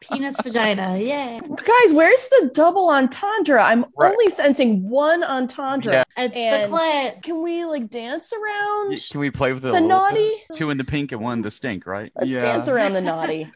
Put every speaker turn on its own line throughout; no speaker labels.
penis vagina. Yeah.
Guys, where's the double entendre? I'm
Right.
only sensing one entendre.
Yeah.
It's
And-
the clit.
Can we like dance
Y-
around
Can we play with it a
the
little bit?
naughty?
Two in the pink and one in the stink, right?
Let's
yeah.
dance around the naughty.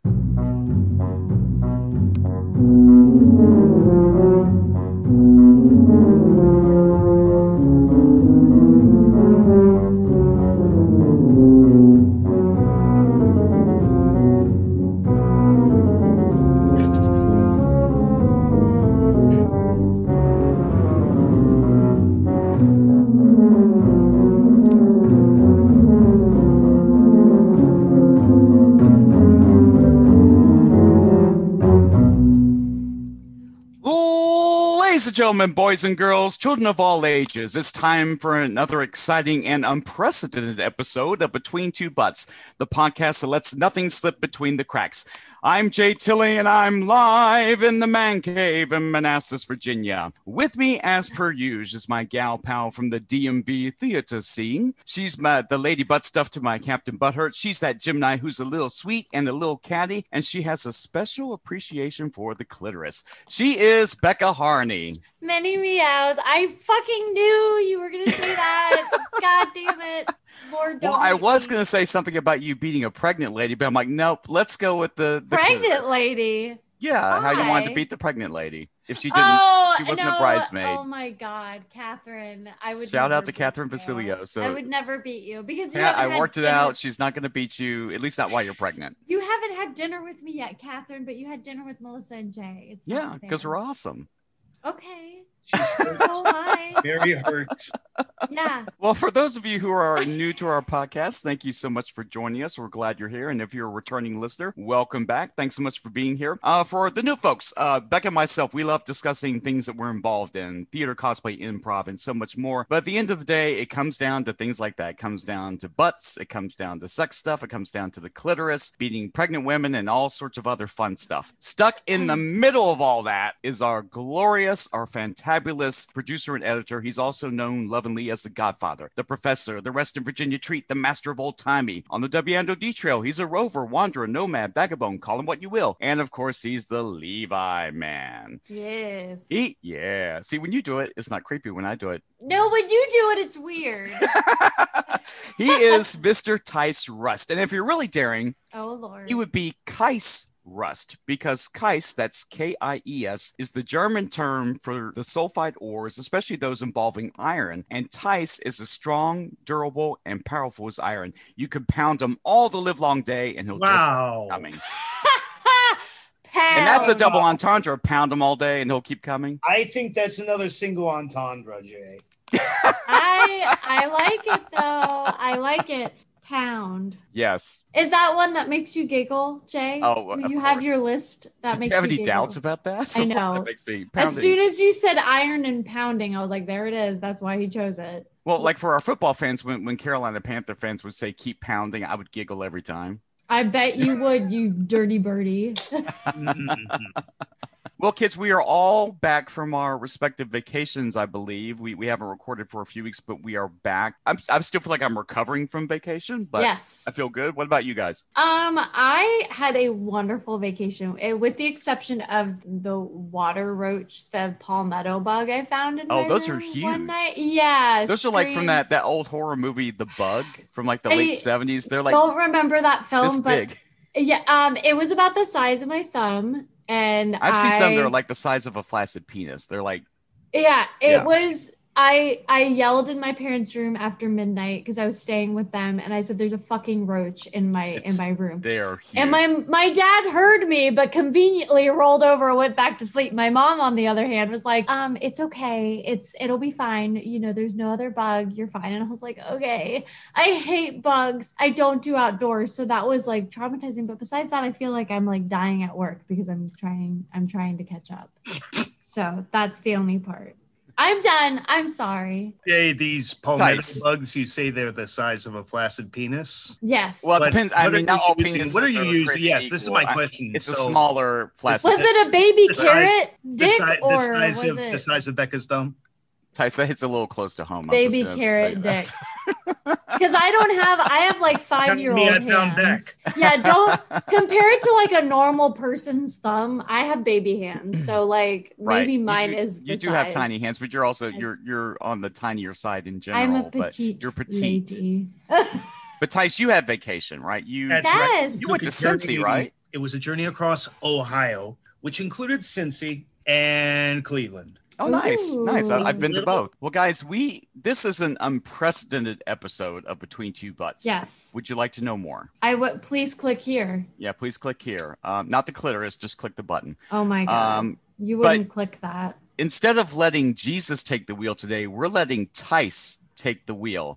Ladies and gentlemen, boys and girls, children of all ages, it's time for another exciting and unprecedented episode of Between Two Butts, the podcast that lets nothing slip between the cracks. I'm Jay Tilly, and I'm live in the man cave in Manassas, Virginia. With me, as per usual, is my gal pal from the DMV theater scene. She's my, the lady butt stuff to my Captain Butthurt. She's that Gemini who's a little sweet and a little catty, and she has a special appreciation for the clitoris. She is Becca Harney.
Many meows. I fucking knew you were gonna say that. God damn it. Lord
well, I
Dominic.
was going to say something about you beating a pregnant lady, but I'm like, nope, let's go with the, the
pregnant
clitoris.
lady.
Yeah, how you wanted to
Why?
beat the pregnant lady. If she didn't,
Oh,
she wasn't a
no.
bridesmaid.
Oh my God, Catherine! I would
Shout out
never
to
beat
Catherine
you.
Vasilio, so-
I would never beat you because you
Kat,
haven't
I
had
worked it
dinner-
out. She's not going to beat you, at least not while you're pregnant.
You haven't had dinner with me yet, Catherine, but you had dinner with Melissa and Jay. It's not
Yeah, because
fair.
we're awesome.
okay.
She's
So am I.
very hurt.
Yeah,
Well, for those of you who are new to our podcast, thank you so much for joining us. We're glad you're here. And if you're a returning listener, welcome back. Thanks so much for being here. Uh, for the new folks, uh, Becca and myself, we love discussing things that we're involved in theater, cosplay, improv, and so much more. But at the end of the day, it comes down to things like that. It comes down to butts, it comes down to sex stuff, it comes down to the clitoris, beating pregnant women, and all sorts of other fun stuff. Stuck in the middle of all that is our glorious, our fantabulous producer and editor. He's also known lovingly as the Godfather, the Professor, the Rest in Virginia Treat, the Master of Old Timey. On the WNOD Trail, he's a rover, wanderer, nomad, vagabond, call him what you will. And of course, he's the Levi Man.
yes.
He, yeah. See, when you do it, it's not creepy. When I do it,
No, when you do it, it's weird.
he is Mr. Tice Rust. And if you're really daring,
Oh Lord.
It would be Kais rust because Kais, that's K I E S, is the German term for the sulfide ores, especially those involving iron. And Tice is as strong, durable, and powerful as iron. You can pound him all the livelong day and he'll just
Wow.
keep coming.
Pound.
And that's a double
Wow.
entendre pound him all day and he'll keep coming.
I think that's another single entendre, Jay.
I I like it though. I like it. Pound.
Yes.
Is that one that makes you giggle, Jay?
Oh,
Do
of
you have
course.
your list that
Did
makes
you have any
giggle?
doubts about that?
I
Of course
know.
That makes me
As soon
pounding.
as you said iron and pounding, I was like, there it is. That's why he chose it.
Well, like for our football fans, when, when Carolina Panther fans would say keep pounding, I would giggle every time.
I bet you would, you dirty birdie.
Mm-hmm.
Well, kids, we are all back from our respective vacations, I believe. We, we haven't recorded for a few weeks, but we are back. I'm, I still feel like I'm recovering from vacation, but
yes.
I feel good. What about you guys?
Um, I had a wonderful vacation, eh, with the exception of the water roach, the palmetto bug I found in
Oh,
my
those are
room
huge.
One night. Yeah,
Those are like from
scream.
that, that old horror movie, The Bug, from like the
I
late 70s. They're like
Don't remember that film,
this
but
big.
yeah, um, it was about the size of my thumb, and
I've seen some that
I-
are like the size of a flaccid penis. They're like,
Yeah, it
Yeah.
was. I I yelled in my parents' room after midnight because I was staying with them, and I said, "There's a fucking roach in my in
It's-
my room."
they're huge.
And my my dad heard me, but conveniently rolled over and went back to sleep. My mom, on the other hand, was like, "Um, it's okay. It's it'll be fine. You know, there's no other bug. You're fine." And I was like, "Okay." I hate bugs. I don't do outdoors, so that was like traumatizing. But besides that, I feel like I'm like dying at work because I'm trying I'm trying to catch up. So that's the only part. I'm done. I'm sorry.
Jay, these palmetto
Tice.
bugs, you say they're the size of a flaccid penis?
Yes.
well, it
But
depends. I
what
mean,
are
not
you
all
using-
penises.
What are
are
you using?
created
Yes, this is
equal.
my
I-
question.
It's a
So,
smaller flaccid.
was it a baby
The size-
carrot
the
dick
si- the
or
size
was
of,
it
The size of Becca's thumb?
Tyson, that hits a little close to home. I'm just
baby
gonna say
carrot
that.
dick? because I don't have. I have like five year old
at down
hands. Yeah, don't compare it to like a normal person's thumb. I have baby hands, so like
Right.
maybe
You
mine
do-
is. The
You do have
size.
tiny hands, but you're also
I-
you're you're on the tinier side in general.
I'm a
but
petite.
you're petite.
lady.
but Tice, you had vacation, right? You
That's right.
yes.
You went to
Took a
Cincy,
journey-
right?
It was a journey across Ohio, which included Cincy and Cleveland.
Oh, nice, nice. I, I've been to
Ooh.
both. Well, guys, we this is an unprecedented episode of Between Two Butts.
Yes.
Would you like to know more?
I would. Please click here.
Yeah, please click here. Um, not the clitoris, just click the button.
Oh my god.
Um,
you
but-
wouldn't click that.
instead of letting Jesus take the wheel today, we're letting Tice take the wheel.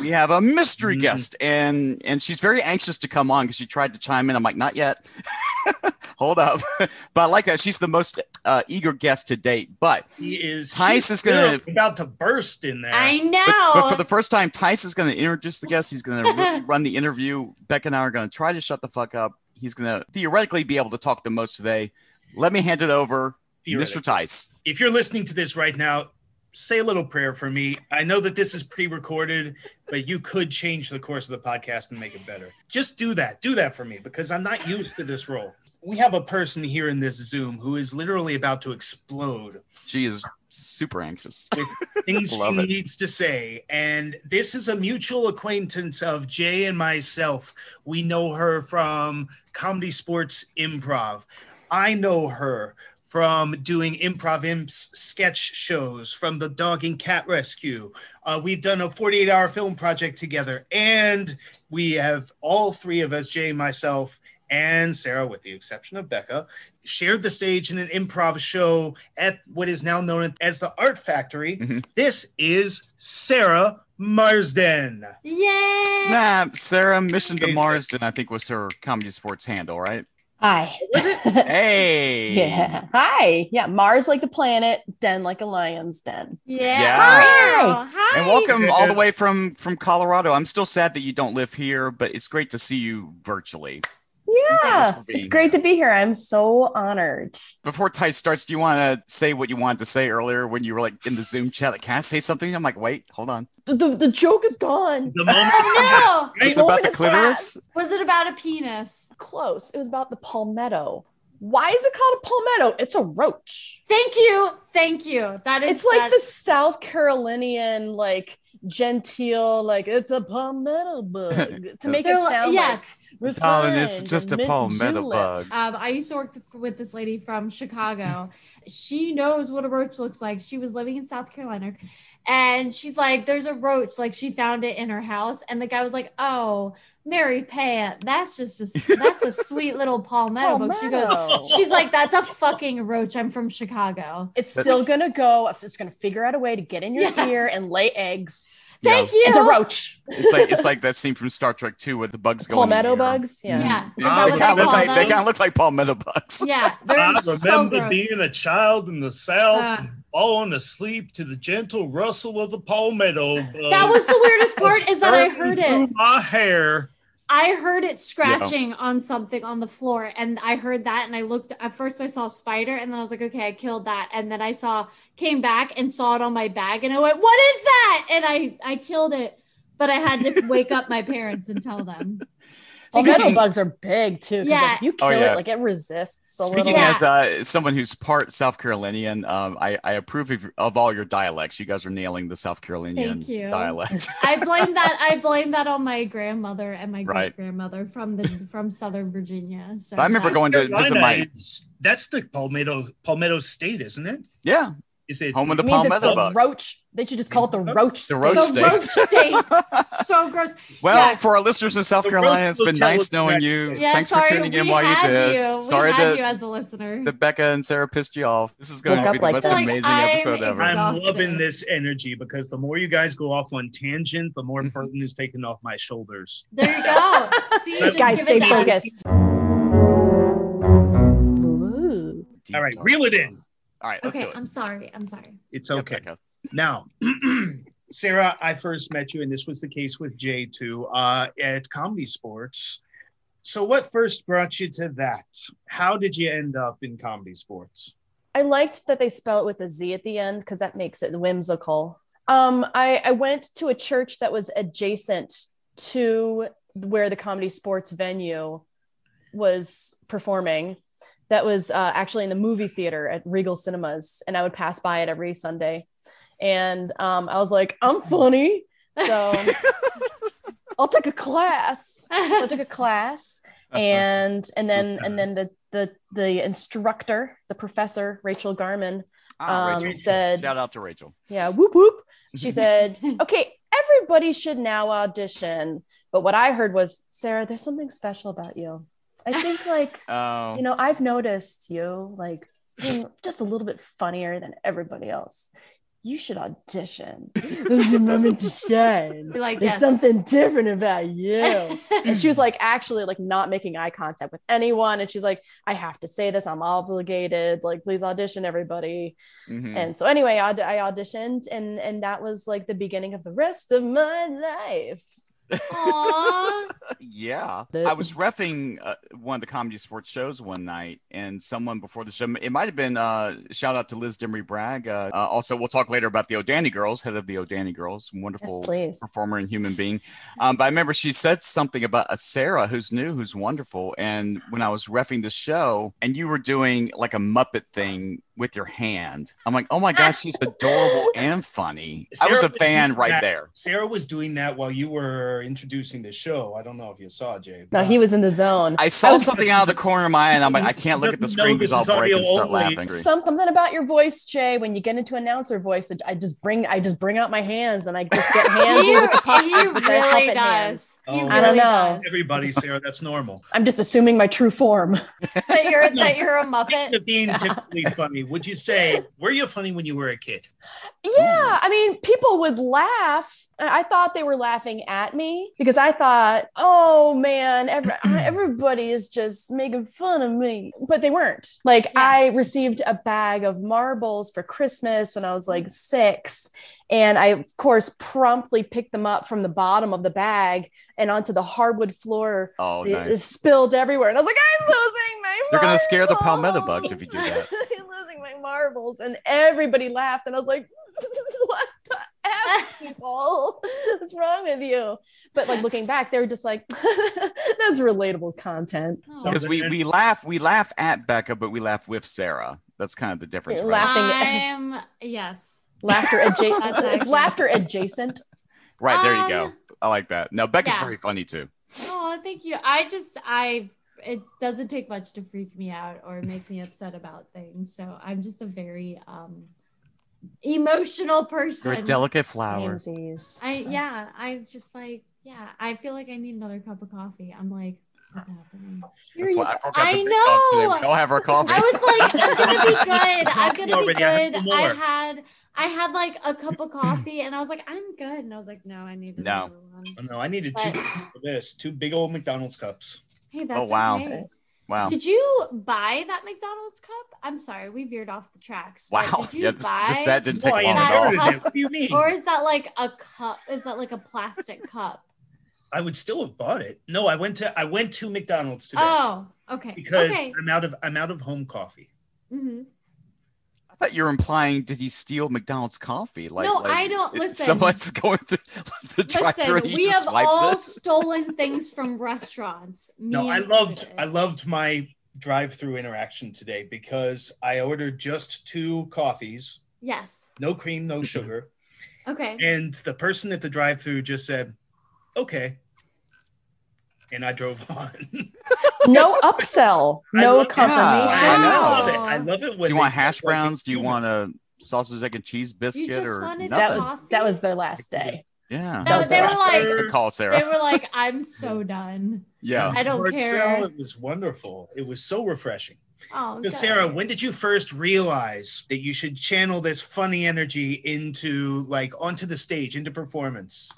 we have a mystery
Mm.
guest and and she's very anxious to come on because she tried to chime in i'm like not yet hold up but i like that she's the most uh, eager guest to date but
He is
Tice is gonna-
she's about to burst in there.
I know.
but, but for the first time tice is going to introduce the guest he's going to really run the interview beck and i are going to try to shut the fuck up he's going to theoretically be able to talk the most today let me hand it over mr tice
if you're listening to this right now, say a little prayer for me. I know that this is pre-recorded, but you could change the course of the podcast and make it better. Just do that. Do that for me because I'm not used to this role. We have a person here in this Zoom who is literally about to explode
she is super anxious
things she
Love it.
needs to say. And this is a mutual acquaintance of Jay and myself. We know her from comedy sports improv. I know her from doing improv imps sketch shows, from the dog and cat rescue. Uh, we've done a 48 hour film project together. And we have all three of us, Jay, myself, and Sarah, with the exception of Becca, shared the stage in an improv show at what is now known as the Art Factory.
Mhm.
This is Sarah Marsden.
Yay!
snap sarah mission to
Okay.
marsden i think was her comedy sports handle right
Hi.
Was it?
hey
Yeah. Hi. Yeah. Mars like the planet, den like a lion's den.
Yeah.
Yeah.
Wow. Hi.
And welcome all the way from from Colorado. I'm still sad that you don't live here, but it's great to see you virtually.
Yeah.
for being
It's great to be here. I'm so honored.
Before Ty starts, do you want to say what you wanted to say earlier when you were like in the Zoom chat? Like, can I say something? I'm like, wait, hold on.
The, the, the joke is gone.
The moment
Oh
Is it
Well,
about the
it's
clitoris?
no! Was it about a penis?
Close. It was about the palmetto. Why is it called a palmetto? It's a roach.
Thank you. Thank you. That is.
It's like
that-
the South Carolinian, like genteel, like it's a palmetto bug to make it
They're like-
sound
yes.
like
Darling, it's
refined
just
and
a
mint
palmetto
julep.
bug.
Um, I used to work th- with this lady from Chicago. she knows what a roach looks like. She was living in South Carolina, and she's like, "There's a roach." Like she found it in her house, and the guy was like, "Oh, Mary Pat, that's just a that's a sweet little palmetto bug." She goes,
Palmetto.
"She's like, that's a fucking roach. I'm from Chicago."
It's
That-
still gonna go. It's gonna figure out a way to get in your
Yes.
ear and lay eggs.
Yeah.
Thank you.
It's a roach.
It's like it's like that scene from Star Trek 2 with the bugs going. in the
Palmetto
air.
bugs. Yeah.
Yeah. Is
Wow,
that
They
what they
kind of
kinda looks
call
look like they
them?
kind of look like palmetto bugs.
Yeah,
I
they're so
remember
gross.
being a child in the South,
Uh.
and falling asleep to the gentle rustle of the palmetto. Bug.
that was the weirdest part is that I heard
Through
it.
my hair.
I heard it scratching on something on the floor, and I heard that, and I looked. At first, I saw a spider, and then I was like, okay, I killed that. And then I saw came back and saw it on my bag, and I went, what is that? And I I killed it, but I had to wake up my parents and tell them.
Palmetto
Speaking-
bugs are big too. 'cause,
Yeah.
Like, you
Oh,
kill
yeah.
it, like it resists a
Speaking
little.
Yeah.
as uh, someone who's part South Carolinian, um, I, I approve of, of all your dialects. You guys are nailing the South Carolinian
Thank you.
dialect.
I blame that. I blame that on my grandmother and my great
Right.
grandmother from the from Southern Virginia. So
I remember
sorry.
going to visit my
It's- That's the palmetto palmetto state, isn't it?
yeah
Is it?
home of the
It means it's
palmetto
the
bug.
roach. They should just call it the roach.
The
state.
roach
the roach state. so gross.
Well,
Yeah.
for our listeners in South
The
Carolina,
roach
it's been
hotel
nice
was
knowing
correct.
you.
Yeah,
Thanks
sorry,
for tuning in
we
while you
had
did.
We
Sorry
had you
that
as a listener.
the Becca and Sarah pissed you off. This is going
Woke
to
up
be the
like
most
that.
amazing
Like, I'm
episode ever.
exhausted.
I'm loving this energy because the more you guys go off on tangent, the more
Mm-hmm.
burden is taken off my shoulders.
there you go. See, just
Guys,
give
stay
it to us.
focused. Ooh.
Deep
All right,
dark.
reel it in.
All right, let's
Okay,
do it.
I'm sorry. I'm sorry.
It's
Yeah,
okay.
Becca.
Now, Sarah, I first met you, and this was the case with Jay too, uh, at Comedy Sports. So, what first brought you to that? How did you end up in Comedy Sports?
I liked that they spell it with a Z at the end because that makes it whimsical. Um, I, I went to a church that was adjacent to where the comedy sports venue was performing. That was uh, actually in the movie theater at Regal Cinemas, and I would pass by it every Sunday. And um, I was like, I'm funny, so I'll take a class. So I took a class,
Ah,
and and then and then the the the instructor, the professor, Rachel Garman,
Ah,
um,
Rachel.
said-
Shout out to Rachel.
yeah, whoop whoop. She said, "Okay, everybody should now audition." But what I heard was, "Sarah, there's something special about you. I think like,
Oh,
you know, I've noticed you like being just a little bit funnier than everybody else. You should audition. This is your moment to shine.
Be like,
There's
"Yes."
something different about you." and she was like actually like not making eye contact with anyone and she's like i have to say this i'm obligated like please audition everybody
mhm.
uh,
and so anyway, I, I auditioned and and that was like the beginning of the rest of my life.
Aw.
Yeah.
The-
I was refing uh, one of the comedy sports shows one night, and someone before the show, it might have been uh, shout out to Liz Demery Bragg. Uh, uh, also, we'll talk later about the O'Danny Girls, head of the O'Danny Girls,
Yes,
wonderful
please.
performer and human being. Um, but I remember she said something about a Sarah who's new, who's wonderful. And when I was refing the show, and you were doing like a Muppet thing with your hand, I'm like, oh my gosh, she's adorable and funny. I was a
Sarah was
fan
doing
right
that.
there.
Sarah was doing that while you were introducing the show. I don't know if you saw Jay.
No,
but-
he was in the zone.
I saw something out of the corner of my eye, and I'm like, I can't look at the
Doesn't know
screen
this
because I'll
is
break and
audio
start
only.
laughing.
Some, something about your voice, Jay. When you get into announcer voice, I just bring I just bring out my hands and I just get hands
he,
with the pop.
he
with the
really
puppet hands.
does. He
Oh.
really
I
don't know.
does.
Everybody, Sarah, that's normal.
I'm just assuming my true form.
That you're that you're a Muppet.
Speaking of being typically funny, would you say were you funny when you were a kid?
Yeah, I mean, people would laugh. I I thought they were laughing at me because I thought, "Oh man, every, everybody is just making fun of me," but they weren't. Like,
Yeah.
I received a bag of marbles for Christmas when I was like six, and I of course promptly picked them up from the bottom of the bag and onto the hardwood floor.
Oh,
It- it,
nice.
spilled everywhere, and I was like, "I'm losing my."
You're gonna scare the palmetto
marbles."
bugs if you do that.
I'm losing my marbles, and everybody laughed, and I was like, "What the f, people? What's wrong with you?" But like looking back, they were just like, "That's relatable content."
Oh.
Because we, we laugh we laugh at Becca, but we laugh with Sarah. That's kind of the difference.
Yeah,
Right?
laugh- laughing at-
I'm yes.
Laughter
That's
adjacent. it's
accurate.
laughter adjacent.
right there you
Um,
go. I like that. No, Becca's
yeah.
very funny too.
Oh, thank you. I just I it doesn't take much to freak me out or make me upset about things. So I'm just a very um emotional person.
You're a delicate flower.
Pansies.
I yeah, I just like yeah, I feel like I need another cup of coffee. I'm like, what's happening?
That's why I broke out
I
the big dog today.
know.
We all have our coffee.
I was like, I'm gonna be good. I'm gonna be
Already, I have
good.
two
I
more.
had I had like a cup of coffee and I was like, I'm good. And I was like, no, I need
No.
another one.
Oh, no, I needed two for this, two big old McDonald's cups.
Hey, that's
Oh, wow.
okay.
wow.
Did you buy that McDonald's cup? I'm sorry, we veered off the tracks. but
Wow.
Did you
Yeah, this,
buy,
this that didn't
No,
take
I
long at
that
all.
inherited
all.
it. What do you mean?
or is that like a cup? Is that like a plastic cup?
I would still have bought it. No, I went to I went to McDonald's today
Oh, okay.
because
okay.
I'm out of I'm out of home coffee.
hmm
I thought you were implying did he steal McDonald's coffee? Like,
No,
like,
I don't-
it-
listen.
Someone's going to the drive through
Listen,
and he
we
just
have
swipes
all
it.
stolen things from restaurants. Me
No, I
and
loved
David.
I loved my drive-through interaction today because I ordered just two coffees,
Yes.
no cream, no sugar,
Okay.
and the person at the drive-through just said, "Okay," and I drove on.
No upsell.
I
No
love-
confirmation.
Yeah, I know.
I love it. I love it.
Do
When
you
they
want hash
just, like,
browns? Do you
humor.
want a sausage, egg, and cheese biscuit
just
or
wanted
nothing?
that
That was
Coffee?
that was their last day.
yeah.
No,
was
they were
the rest.
like,
Good call, Sarah.
they were like, I'm so done.
yeah.
I don't
Hard
care.
sell, It was wonderful. It was so refreshing.
Oh,
So,
good.
Sarah, when did you first realize that you should channel this funny energy into like onto the stage, into performance?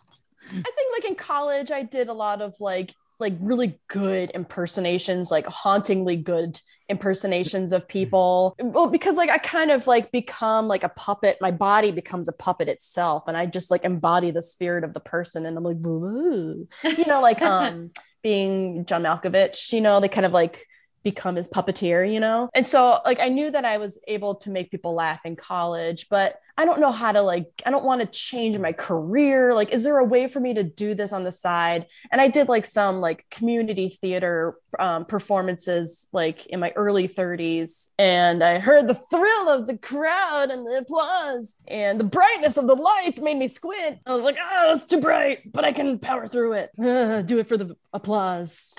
I think like in college, I did a lot of like like really good impersonations, like hauntingly good impersonations of people. Well, because like I kind of like become like a puppet. My body becomes a puppet itself, and I just like embody the spirit of the person. And I'm like, "Ooh." you know, like um being John Malkovich. You know, they kind of like become his puppeteer, you know? And so like I knew that I was able to make people laugh in college, but I don't know how to like, I don't want to change my career. Like, is there a way for me to do this on the side? And I did like some like community theater um, performances like in my early 30s. And I heard the thrill of the crowd and the applause and the brightness of the lights made me squint. I was like, oh, it's too bright, but I can power through it. Ugh, do it for the applause.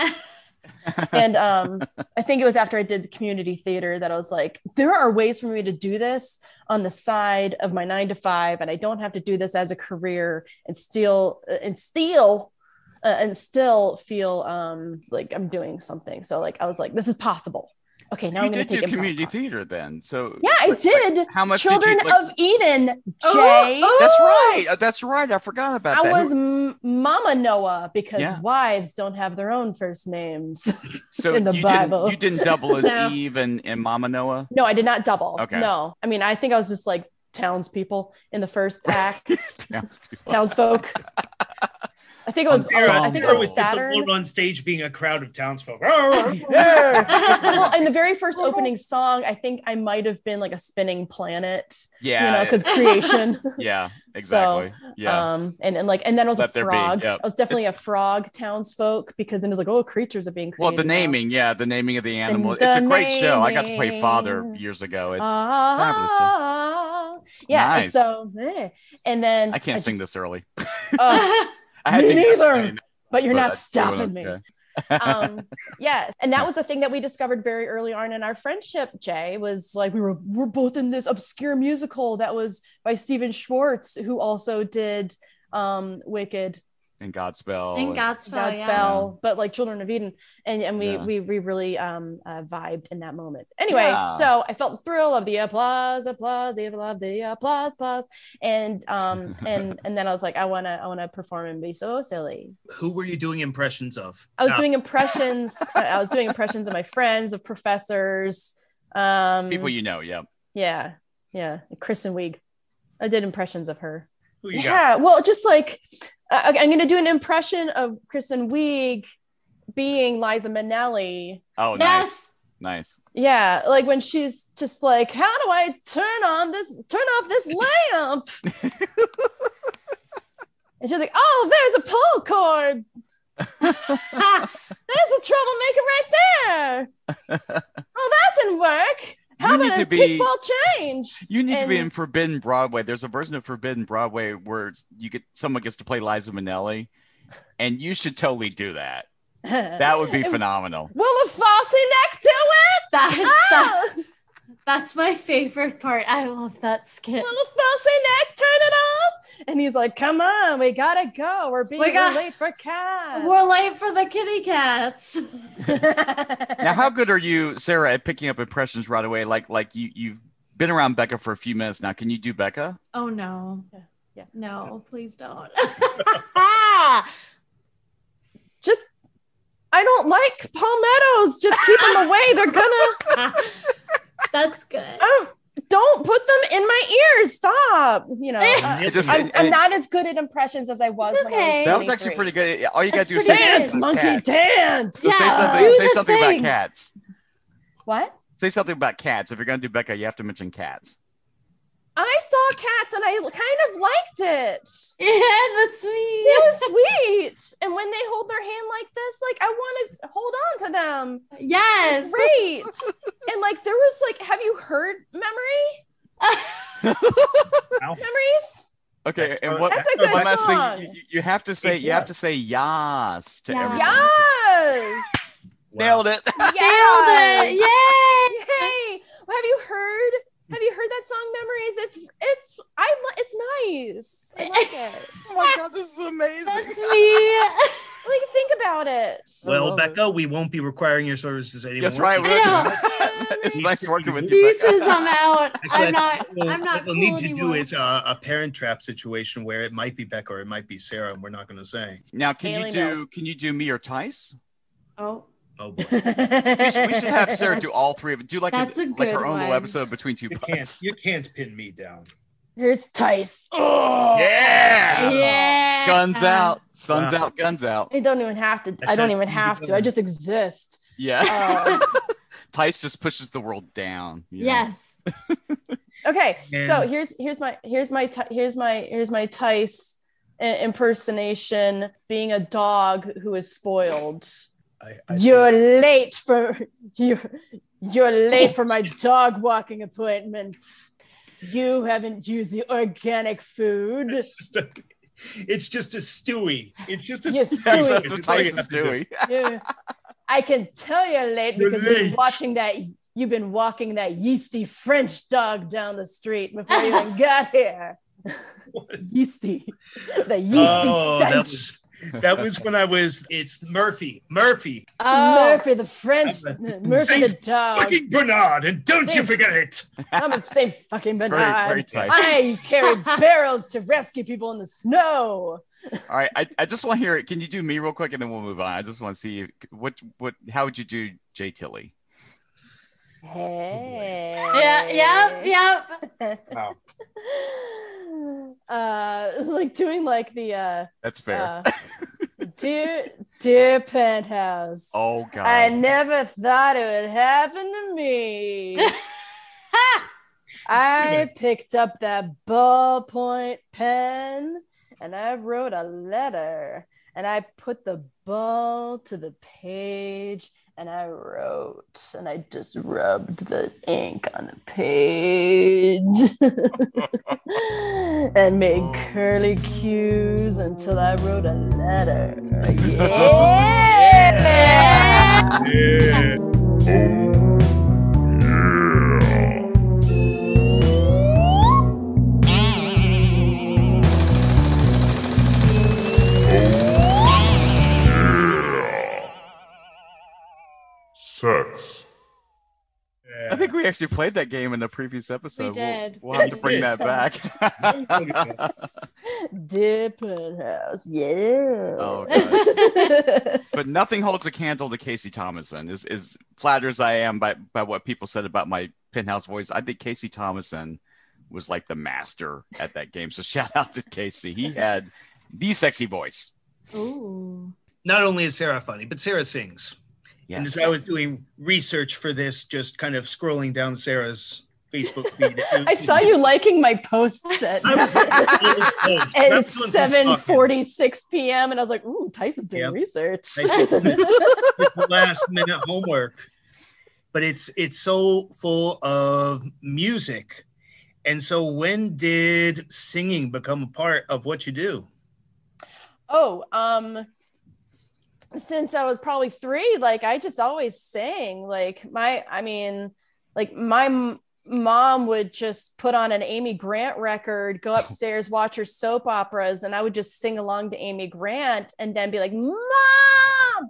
and um, I think it was after I did the community theater that I was like, there are ways for me to do this on the side of my nine to five, and I don't have to do this as a career and still uh, and still uh, and still feel um, like I'm doing something. So like I was like, this is possible. Okay,
So
now
you
I'm going
did
to take
do
improv
community
class.
theater then. So
Yeah, I
like-
did.
how much did you,
Children
like-
of Eden, Jay.
Oh, oh,
That's right. Uh, That's right. I forgot about
I
that.
was m- Mama Noah because
Yeah.
wives don't have their own first names.
so
in the
you
Bible.
Didn't, you didn't double as
No.
Eve and, and Mama Noah.
No, I did not double.
Okay.
No, I mean, I think I was just like townspeople in the first act,
Townspeople.
townsfolk. I think it was.
Ensemble.
I think it
With
was
the
Saturn.
one on stage being a crowd of townsfolk.
well, in the very first opening song, I think I might have been like a spinning planet, you know,
Yeah.
because creation.
yeah. Exactly. yeah.
Um, and, and like, and then I was
Let
a
there be,
frog.
yep.
I was definitely a frog townsfolk because then it was like, oh, creatures are being created.
well, the
now.
naming. Yeah. The naming of the animal.
the
it's a great show. I got to play
naming. Uh,
father years ago. It's. fabulous show.
Ah, yeah. and
Nice.
So, eh. and then
I can't sing
just-
this early.
oh,
I had
me
to yesterday,
neither. but you're
but
not
I-
stopping me.
okay.
um yeah and that was the thing that we discovered very early on in our friendship jay was like we were we're both in this obscure musical that was by steven schwartz who also did um wicked
And Godspell.
In
and-
Oh, Godspell,
godspell
yeah.
but like children of eden and and we
Yeah.
we, we really um uh, vibed in that moment anyway
Yeah.
so i felt the thrill of the applause applause the applause the applause applause and um and and then i was like i want to i want to perform and be so silly
Who were you doing impressions of?
I was
Now,
doing impressions. I I was doing impressions of my friends, of professors. Um,
People you know. Yeah.
yeah, yeah, Kristen Wiig. I did impressions of her.
who you got?
Yeah, well, just like I, I'm going to do an impression of Kristen Wiig being Liza Minnelli.
Oh,
yes.
nice. Nice.
Yeah, like when she's just like, "How do I turn on this? Turn off this lamp?" and she's like, "Oh, there's a pull cord. There's a troublemaker right there. oh, that didn't work. How
You
about
need
a
to be-
kickball change?
You need to be
And-
in Forbidden Broadway. There's a version of Forbidden Broadway where it's- you get someone gets to play Liza Minnelli, and you should totally do that. That would be
And-
phenomenal.
Will a false neck do it?
That's
Ah!
That's my favorite part. I love that skit.
Will a false neck turn it off? And he's like, "Come on, we gotta go. We're being
We got-
late for cab."
We're late for the kitty cats.
Now, how good are you, Sarah, at picking up impressions right away? Like, like you you've been around Becca for a few minutes now. Can you do Becca?
Oh no.
Yeah, yeah.
No, please don't.
just, I don't like palmettos. Just keep them away. They're gonna.
That's good.
Oh, don't put them in my ears. Stop. You know.
Eh.
uh, I-
It
just-
I'm,
and-
I'm
and-
not as good at impressions as I was
It's
when I
okay.
was
that was actually
23.
pretty good. All you got
That's
to do is say
pretty good.
dance,
something about
monkey,
cats.
dance.
So say
Yeah,
something.
do
Say
the
something
thing.
about cats.
What?
Say something about cats. If you're going to do Becca, you have to mention cats.
I saw cats and I kind of liked it.
Yeah, that's me.
They were sweet. And when they hold their hand like this, like I want to hold on to them.
Yes.
Great. and like there was like, have you heard memory?
Wow.
Memories?
Okay,
That's
and
our-
what?
That's a
That's
good
our
One
my
last
song.
thing you- you, you have to say you have to say yas to
Yas.
everyone.
yes.
Wow.
Nailed it. Oh
Nailed it.
Yes.
Yay.
Hey, have you heard? Have you heard that song "Memories"? It's it's I li- it's nice. I like it.
oh my god, this is amazing.
That's me.
Like think about it.
Well,
love it.
Becca, we won't be requiring your services anymore.
That's right. We're
I
gonna do that. it's nice working with you. Becca.
Deuces, I'm out.
Actually,
I'm
I
not.
think what we'll-
I'm not
What
cool
we'll need to
anymore.
do is uh, a parent trap situation where it might be Becca or it might be Sarah, and we're not going to say.
Now, can
Haley
you do
Mills.
can you do me or Tice?
oh,
Oh boy,
We should, we should have Sarah do all three of it. Do like
That's a
like
good
her own little
one.
episode between two
you can't.
butts.
You can't pin me down.
Here's Tice. Oh,
Yeah.
yeah.
Guns out, suns
Wow.
out, guns out.
I don't even have to. I
That's
don't
it.
even have to. I just exist.
Yeah.
Oh.
Um,
Tice just pushes the world down. you know?
Yes.
Okay, so
And-
here's here's my here's my Ti- here's my here's my Tice i- impersonation being a dog who is spoiled.
I, I see.
You're late for you. You're late for my dog walking appointment. You haven't used the organic food.
It's just a, it's just a stewie. It's just a
Yes,
stewie.
That's,
Stewie.
that's what Tyson's doing.
You- I can tell you're late
You're
because you've been
late.
watching that. You've been walking that yeasty French dog down the street before you even got here. yeasty, the yeasty
Oh, that
stench.
was, that was when I was. It's Murphy. Murphy.
Oh,
Murphy the French,
I'm
Murphy the dog.
Fucking Bernard, and don't you
Thanks.
forget it.
I'm the same fucking
It's very,
banana.
very tight.
I carry barrels to rescue people in the snow.
All right, I, I just want to hear it. Can you do me real quick, and then we'll move on. I just want to see what what how would you do Jay Tilly?
Hey.
yeah, yep, yep.
Uh, like doing like the uh,
That's fair.
uh dear, dear penthouse.
oh God,
I never thought it would happen to me. I picked up that ballpoint pen and I wrote a letter and I put the ball to the page and I wrote and I just rubbed the ink on the page and made
Oh.
curly cues until I wrote a letter. Yeah!
Yeah.
Sex.
I think we actually played that game in the previous episode. We'll-
did.
We'll, have to bring
We
that
did.
back.
Different house, yeah.
Oh,
gosh.
but nothing holds a candle to Casey Thomason. Is as flattered as I am by by what people said about my penthouse voice, I think Casey Thomason was like the master at that game. So shout out to Casey. He had the sexy voice.
Ooh.
Not only is Sarah funny, but Sarah sings. And
Yes.
as I was doing research for this, just kind of scrolling down Sarah's Facebook feed.
I saw you liking my post set.
I was- I was close.
And
That's
it's
what I'm
seven
talking.
forty-six p.m. and I was like, "Ooh, Tyson's doing
Yep.
research."
It's the last minute homework. But it's it's so full of music. And so when did singing become a part of what you do?
oh, um, since I was probably three, like I just always sang. Like my, I mean, like my m- mom would just put on an Amy Grant record, go upstairs, watch her soap operas, and I would just sing along to Amy Grant, and then be like, "Mom,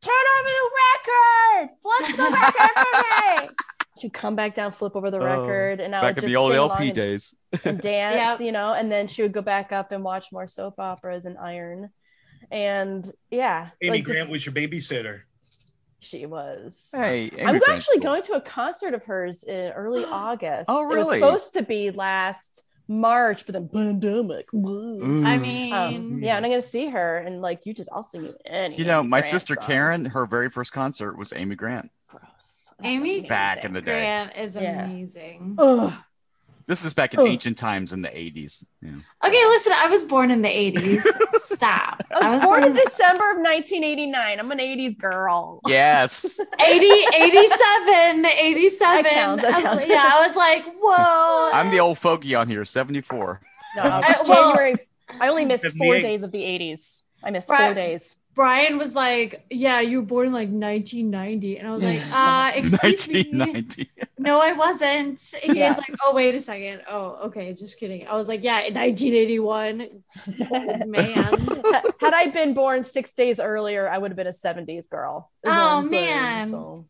turn over the record, flip the record for me." She'd come back down, flip over the
Oh,
record, and I
back
would just
in the old
sing along
LP
and-
days.
and dance,
Yep.
you know, and then she would go back up and watch more soap operas and iron. And yeah,
Amy
like
Grant
this-
was your babysitter.
she was.
Hey,
I'm
Amy Grant's
actually
cool.
going to a concert of hers in early August.
Oh,
It was
really?
supposed to be last March, but
Mm.
then pandemic. woo.
Ooh.
I mean,
Um, yeah, and I'm gonna see her, and like you just, I'll sing you any.
you know,
Amy
my
Grant
sister
song.
Karen, her very first concert was Amy Grant.
Gross. That's
Amy?
Back in the day.
Grant is
Yeah. Oh.
amazing.
Ugh.
This is back in
Oh.
ancient times in the 80s. Yeah.
Okay, listen, I was born in the 80s. Stop.
I was born in December of 1989. I'm an 80s girl.
Yes.
80, 87, 87.
That counts, that
I was-
counts.
yeah, I was like, whoa.
I'm the old fogey on here, 74.
No, I
I- well-
January. I only missed four
78.
days of the 80s. I missed
Right.
four days.
Brian was like, yeah, you were born in like 1990. And I was like, uh, excuse me.
1990.
No, I wasn't. He
Yeah.
was like, oh, wait a second. Oh, okay. Just kidding. I was like, yeah, in 1981. Old man.
Ha- Had I been born six days earlier, I would have been a 70s girl.
Oh,
Is what I'm saying,
man.
so-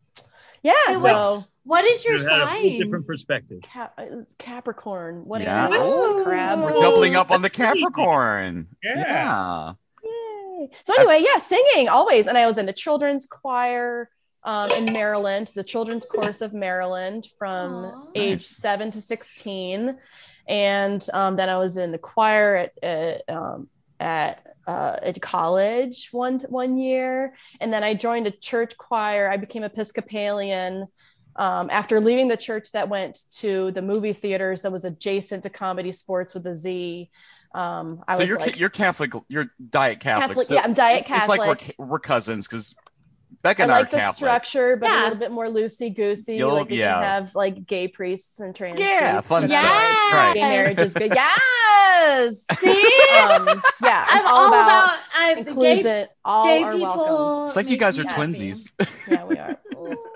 Yeah,
It
so
What is your
You had a whole
sign?
different perspective.
Cap- it's Capricorn. What
Yeah.
animal? Holy
Ooh.
crap.
We're
Oh,
doubling up on the
that's crazy.
Capricorn.
Yeah.
Yay. So anyway, yeah, singing always. And I was in a children's choir um, in Maryland, the children's chorus of Maryland from
Aw.
age
Nice.
seven to 16. And um, then I was in the choir at, at, um, at, uh, at college one, one year. And then I joined a church choir. I became Episcopalian Um, after leaving the church that went to the movie theaters that was adjacent to comedy sports with a Z, um, I
so
was
you're ca-
like,
you're Catholic, you're diet Catholic.
Catholic.
so
yeah, I'm diet
it's, it's
Catholic.
like we're, we're cousins because
I
Becca and
like
I
the
are Catholic.
structure, but
Yeah.
a little bit more loosey goosey.
You'll-
Like you
yeah.
can have like gay priests and trans.
Yeah,
priests
fun
and
stuff.
all that.
Right.
Gay marriage is good. Yes.
See,
um, yeah, I'm, all, about,
I'm
inclusive.
uh, gay,
all
gay
are welcome.
people.
It's like you
make
guys
me
are
Yeah.
happy.
twinsies.
Yeah, we are.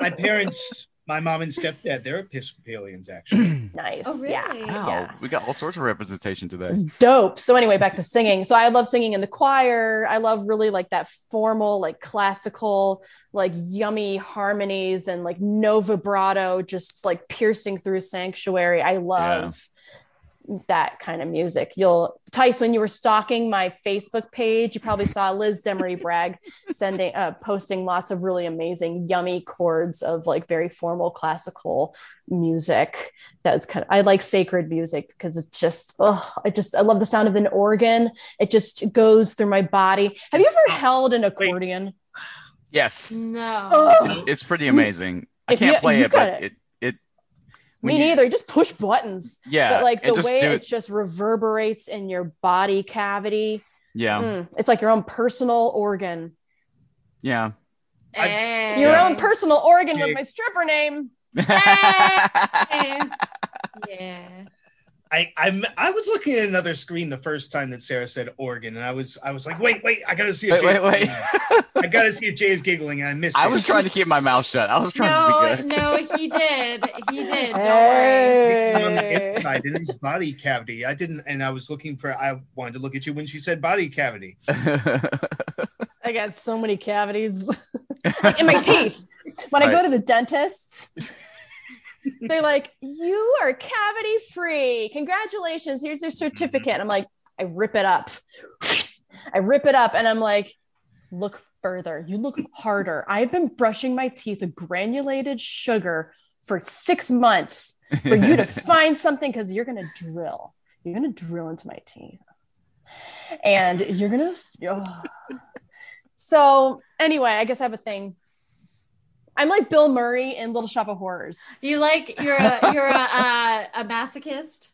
My parents, my mom and stepdad, they're Episcopalians actually.
Nice.
Oh, really?
Yeah.
Wow,
Yeah. Mm.
we got all sorts of representation today.
It's dope. So anyway, back to singing. So I love singing in the choir. I love really like that formal, like classical, like yummy harmonies and like no vibrato, just like piercing through sanctuary. I love that kind of music. You'll Tice, when you were stalking my Facebook page, you probably saw Liz Demery Bragg sending uh, posting lots of really amazing, yummy chords of like very formal classical music. That's kind of I like sacred music because it's just oh, I just I love the sound of an organ. It just goes through my body. Have you ever held an accordion?
Yes,
No.
Oh,
it's pretty amazing. I
If you-
can't play
you
it, but
gotta-
it it. when
me
you-
neither. You just push buttons.
Yeah,
but like the
and just
way
do
it
it.
just reverberates in your body cavity.
Yeah,
Mm, it's like your own personal organ.
yeah.
Hey.
Your
Yeah.
own personal organ was
Yeah.
my stripper name.
Hey. yeah.
I I'm, I was looking at another screen the first time that Sarah said Oregon, and I was I was like, wait, wait, I gotta see. If
wait,
Jay-
wait, wait.
I gotta see if Jay is giggling, and I missed.
I
it.
was trying to keep my mouth shut. I was trying
No,
to be good.
no, he did. He did. Don't worry.
on the
Hey.
inside in his body cavity. I didn't, and I was looking for. I wanted to look at you when she said body cavity.
I got so many cavities in my teeth. When I go
Right.
to the dentist, they're like, "You are cavity free. Congratulations. Here's your certificate." I'm like, I rip it up. I rip it up, and I'm like, "Look further. You look harder. I've been brushing my teeth with granulated sugar for six months." for you to find something because you're gonna drill. You're gonna drill into my teeth, and you're gonna. oh. So anyway, I guess I have a thing. I'm like Bill Murray in Little Shop of Horrors.
You like you're a you're a uh, a masochist.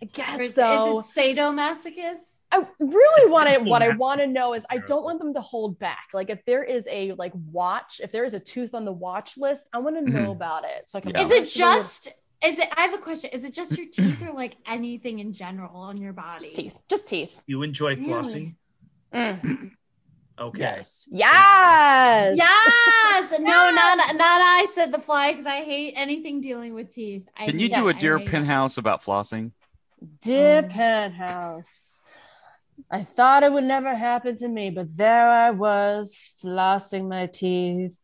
I
Or is,
guess so.
is it sadomasochist?
I really want to. What I
Yeah.
want to know is, I don't want them to hold back. Like, if there is a like watch, if there is a tooth on the watch list, I want to know
Mhm.
about it. So I can.
Yeah.
Is it just? Is it? I have a question. Is it just your teeth or like anything in general on your body?
just teeth? Just teeth.
You enjoy
Really?
flossing?
Mm.
Okay.
Yes. Yes.
Yes. No, not not I said the fly because I hate anything dealing with teeth. I
Can you
hate
do a
it. I
dear
hate it.
penthouse about flossing?
Dear
Um.
Penthouse, I thought it would never happen to me, but there I was, flossing my teeth.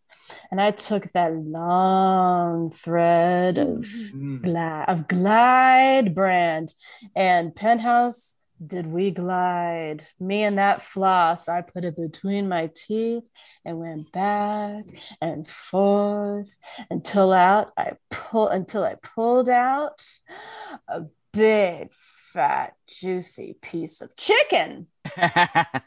And I took that long thread of,
Mm.
gli- of Glide brand. And Penthouse, did we glide? Me and that floss, I put it between my teeth and went back and forth until out I pull until I pulled out a big fat juicy piece of chicken. That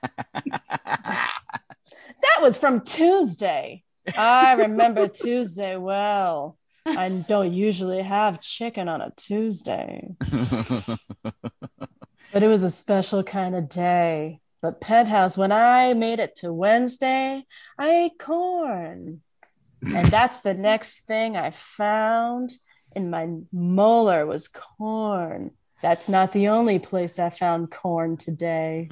was from Tuesday. I remember Tuesday well. I don't usually have chicken on a Tuesday, but it was a special kind of day. But Penthouse, when I made it to Wednesday, I ate corn. And that's the next thing I found in my molar was corn. That's not the only place I found corn today.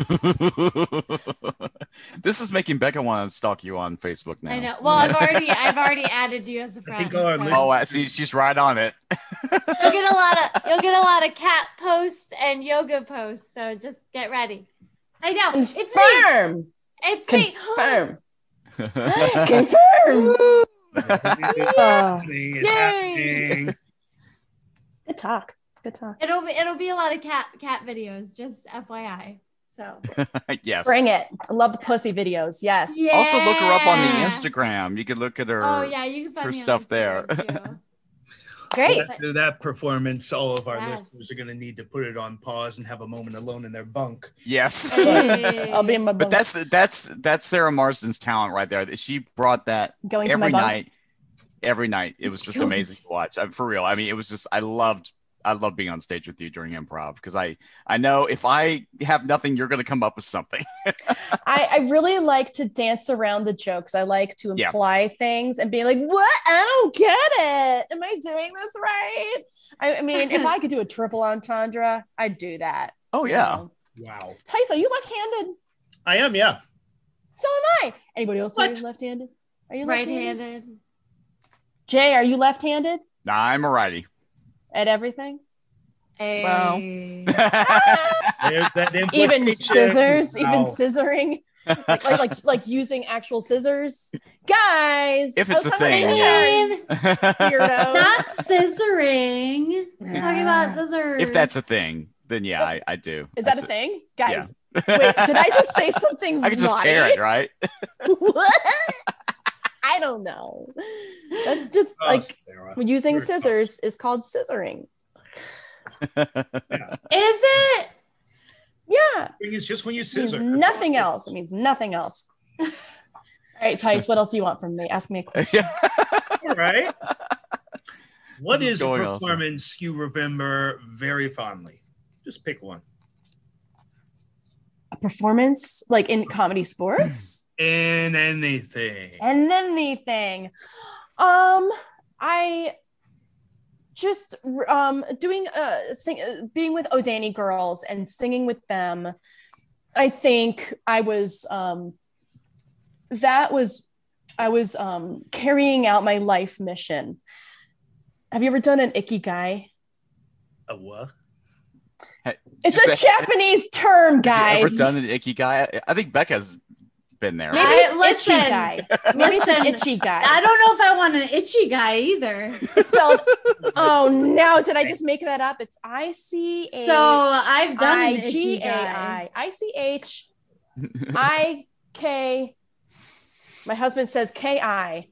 this is making Becca want to stalk you on Facebook now.
I know. Well, I've already I've already added you as a friend.
think all our
so-
listeners-
Oh, I see. She's right on it.
you'll get a lot of you'll get a lot of cat posts and yoga posts. So just get ready. I know it's me.
Confirm.
It's me.
Confirm. Confirm. Uh,
Yay!
It's happening.
good talk. Good talk.
It'll be it'll be a lot of cat cat videos. Just FYI. So
yes.
Bring it. I love the pussy videos. Yes.
Also, look her up on the
Yeah.
Instagram. You can look at her.
Oh yeah, you can find
her
me on
stuff there.
Instagram, too.
Great.
After that performance, all of our
Yes.
listeners are going to need to put it on pause and have a moment alone in their bunk.
Yes.
Hey.
I'll be in my
But
bunk.
that's that's that's Sarah Marsden's talent right there. That she brought that
going to my
every
bunk.
night every night. It was just amazing to watch. I'm for real. I mean, it was just I loved I love being on stage with you during improv because I I know if I have nothing, you're going to come up with something.
I, I really like to dance around the jokes. I like to
Yeah.
imply things and be like, what? I don't get it. Am I doing this right? I, I mean, if I could do a triple entendre, I'd do that.
Oh
you
yeah,
know?
Wow.
Tyson, are you left handed?
I am, yeah.
So am I. Anybody else
What?
who's left handed? Are you
Right
left handed?
handed.
Jay, are you left handed
Nah, I'm a righty.
at everything?
Well.
There's that
Even
implication.
scissors, even
Wow.
scissoring, like, like like like using actual scissors, guys.
If it's
oh,
a
somebody
I
knows.
thing.
mean,
Weirdos.
not scissoring. Talking about scissors.
if that's a thing, then yeah, I, I do.
Is
That's
that a
it.
thing,
Yeah.
guys? Wait, did I just say something?
I could just
naughty?
tear it, right?
What? I don't know. That's just
Oh,
like
Sarah.
using
you're-
scissors is called scissoring.
Is it?
Yeah,
It's just when you
it means
scissor.
nothing else. It means nothing else. All right, Tice, what else do you want from me? Ask me a question.
Yeah.
right? What
This is
is a
going awesome.
performance you remember very fondly? Just pick one.
A performance like in comedy sports?
In anything.
and then the thing um i just um doing uh sing, uh, being with odani girls and singing with them i think i was um that was i was um carrying out my life mission have you ever done an ikigai
A what?
it's
Just
a
a-
japanese term
Have
guys
you ever done an icky guy? I think Becca's been there.
maybe
right?
it's
Listen.
itchy guy maybe it's an
Listen.
itchy guy
I don't know if I want an itchy guy either.
it's spelled oh no did i just make that up it's i-c-h
So I've done
I
an
G
itchy
A
guy.
I I C H I K. My husband says K I.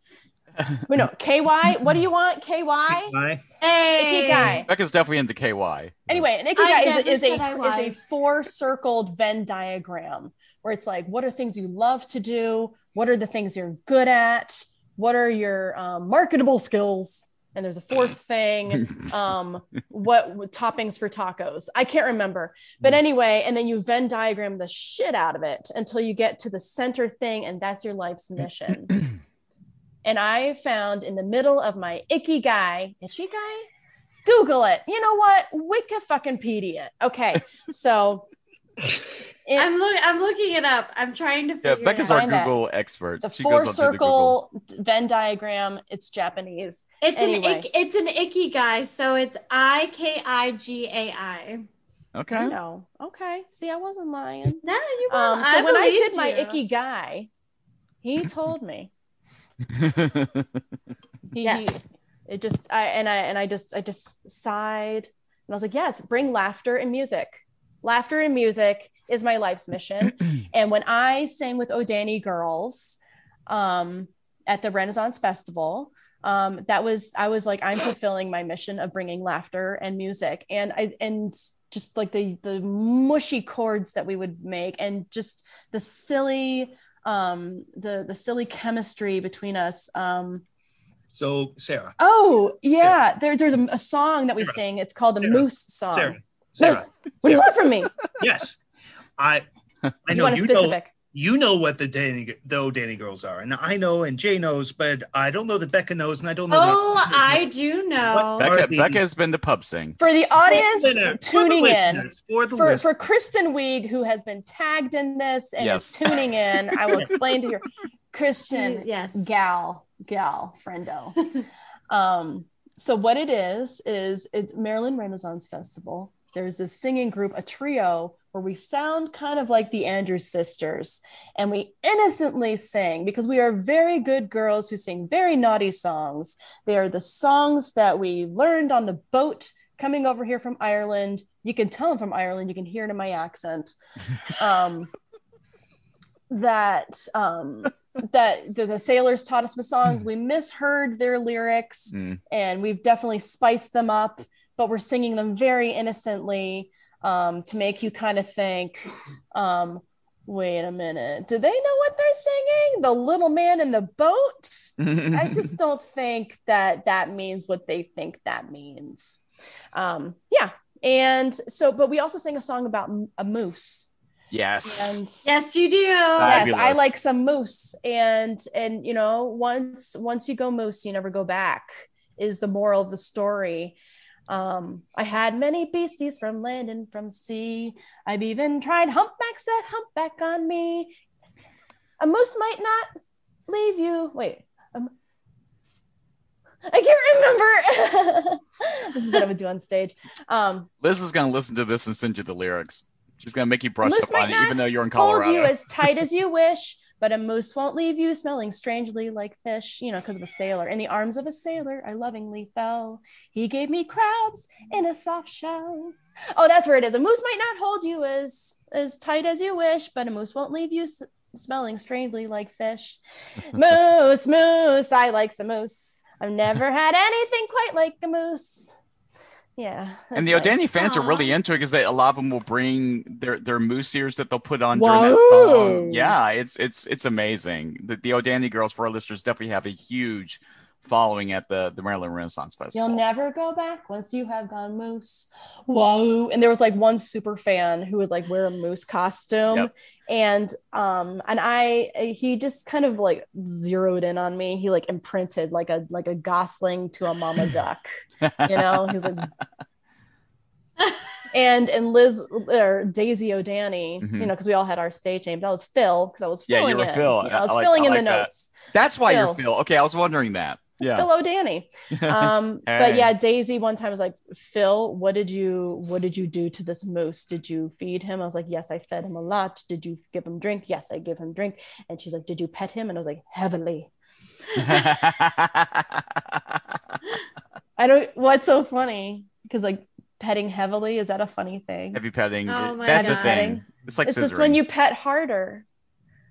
Wait, no, K Y. What do you want? K Y?
Why?
Hey,
Ikigai.
Becca's definitely into KY.
Anyway, an
I
ikigai
never
is, is,
said I
a, is a
was.
four circled Venn diagram where it's like, what are things you love to do? What are the things you're good at? What are your um, marketable skills? And there's a fourth thing um what, what toppings for tacos i can't remember but anyway and then you venn diagram the shit out of it until you get to the center thing and that's your life's mission and i found in the middle of my icky guy itchy guy google it you know what wiki fucking pedia okay so it-
I'm look. I'm looking it up. I'm trying to
yeah,
figure
Becca's
it out.
our
Find that.
Google expert.
it's a
She goes
four
up to the Google.
circle venn diagram it's japanese
It's
anyway.
an ick, it's an icky guy. So it's I K I G A I.
you
Okay.
know okay see i wasn't lying
No, you will.
Um, so when I
believed
did my
you.
icky guy, he told me. He,
Yes.
he- it just I and I and I just I just sighed and I was like, yes, bring laughter and music. Laughter and music is my life's mission. and when I sang with Odani girls um, at the Renaissance Festival, um, that was I was like, I'm fulfilling my mission of bringing laughter and music, and I and just like the the mushy chords that we would make, and just the silly um the the silly chemistry between us um
So, Sarah.
oh yeah there, there's a, a song that we
Sarah.
sing it's called the
Sarah.
moose song
Sarah. Sarah.
what do you
Sarah.
want from me
yes. I I
you
know
want a
you know
specific
you know what the Danny the Danny girls are. And I know and Jay knows, but I don't know that Becca knows and I don't know that-
Oh, I do know.
Becca,
Barbie.
Becca has been to pub sing.
for the audience
For the
tuning in
listeners, For the
for,
listeners.
for Kristen Wiig, who has been tagged in this and
Yes.
is tuning in, I will explain to you. Kristen,
yes.
gal, gal, friendo. Um, so what it is is it's Maryland Renaissance Festival. There's this singing group, a trio, where we sound kind of like the Andrews sisters, and we innocently sing because we are very good girls who sing very naughty songs. They are the songs that we learned on the boat coming over here from Ireland. You can tell I'm from Ireland. You can hear it in my accent. Um, that um, that the, the sailors taught us the songs. We misheard their lyrics,
Mm.
and we've definitely spiced them up. But we're singing them very innocently um, to make you kind of think, um, Wait a minute. Do they know what they're singing? The little man in the boat? I just don't think that that means what they think that means. Um, yeah. And so, but we also sang a song about m- a moose. And
yes.
Yes, you do.
yes, I
Fabulous.
like some moose. And and you know, once once you go moose, you never go back is the moral of the story. Um, I had many beasties from land and from sea. I've even tried humpbacks that humpback on me. A moose might not leave you. Wait. Um, I can't remember. this is what I would do on stage. Um,
Liz is gonna listen to this and send you the lyrics. She's gonna make you brush
Moose
up on
might
it,
not
even though you're in
hold
Colorado.
you as tight as you wish, but a moose won't leave you smelling strangely like fish, you know, because of a sailor. In the arms of a sailor, I lovingly fell. He gave me crabs in a soft shell. Oh, that's where it is. A moose might not hold you as as tight as you wish, but a moose won't leave you s- smelling strangely like fish. Moose, moose, I like some moose. I've never had anything quite like a moose. Yeah.
and the
that's
Odani
nice.
fans are really
Aw.
into it because a lot of them will bring their their moose ears that they'll put on during that
Whoa.
song. Yeah, it's it's it's amazing. The, the Odani girls for our listeners definitely have a huge following at the the Maryland Renaissance Festival.
You'll never go back once you have gone moose. Whoa. And there was like one super fan who would like wear a moose costume.
Yep.
And um and I he just kind of like zeroed in on me. He like imprinted like a like a gosling to a mama duck. You know, he's like and and Liz or Daisy O'Danny, you
Mhm.
know, because we all had our stage name. That was Phil, because I was
Yeah, you
filling
were
in.
Phil.
You know, I was
I like-
filling
I
in
like
the
that.
notes.
That's why you're
Phil.
Phil. Okay, I was wondering that. Yeah.
Phil O'Danny. Um, But
Hey.
yeah, Daisy one time was like, Phil, what did you what did you do to this moose? Did you feed him? I was like, Yes, I fed him a lot. Did you give him drink? Yes, I give him drink. And she's like, Did you pet him? And I was like, Heavily. uh, I don't. What's so funny? Because like petting heavily is that a funny thing?
Heavy petting.
Oh my
That's a
God.
thing. It's like
It's
scissoring.
just when you pet harder.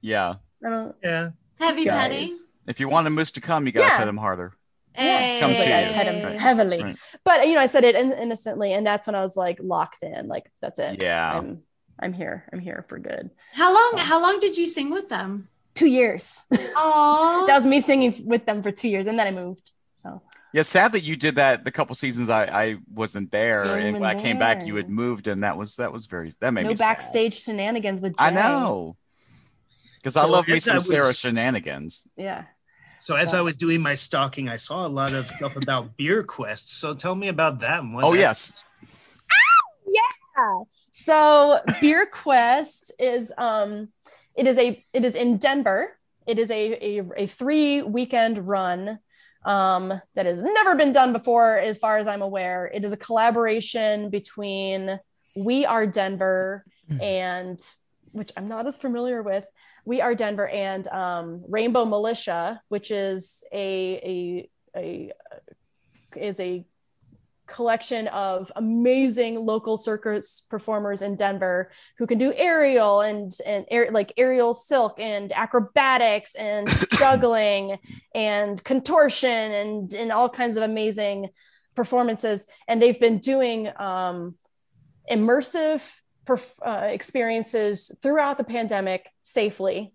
yeah.
I don't.
Yeah.
Heavy
Guys.
petting.
If you want a moose to come, you gotta
Yeah.
pet him harder.
Hey.
Come
It's like
to
I
you.
pet him
Right.
heavily.
Right.
But you know, I said it in- innocently, and that's when I was like locked in. Like that's it.
Yeah.
I'm, I'm here. I'm here for good.
How long?
So-
How long did you sing with them?
Two years.
Oh,
that was me singing with them for two years and then i moved so
Yeah, sad that you did that the couple seasons I, I wasn't there.
You
and
weren't
when I came back, you
there.
had moved, and that was that was very that made
no
me sad.
backstage shenanigans with Jay.
I know. Because I
So
love me
as
some
I was-
Sarah shenanigans.
yeah
So as
So-
I was doing my stalking, I saw a lot of stuff about beer quests. So tell me about that. and what
Oh
that-
yes.
so beer quest is um it is a it is in denver it is a a, a three weekend run um that has never been done before as far as i'm aware it is a collaboration between we are denver and which i'm not as familiar with we are denver and um, rainbow militia which is a a a is a collection of amazing local circus performers in Denver who can do aerial and and air, like aerial silk and acrobatics and juggling and contortion and and all kinds of amazing performances and they've been doing um, immersive perf- uh, experiences throughout the pandemic safely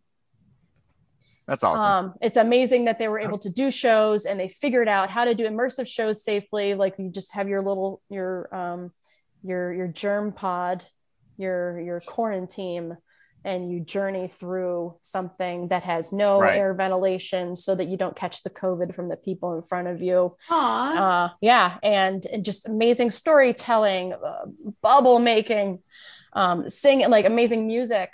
That's awesome.
um, it's amazing that they were able to do shows and they figured out how to do immersive shows safely. Like you just have your little your um, your your germ pod, your your quarantine, and you journey through something that has no
Right.
air ventilation, so that you don't catch the COVID from the people in front of you
Aw.
uh, yeah and, and just amazing storytelling uh, bubble making um, singing like amazing music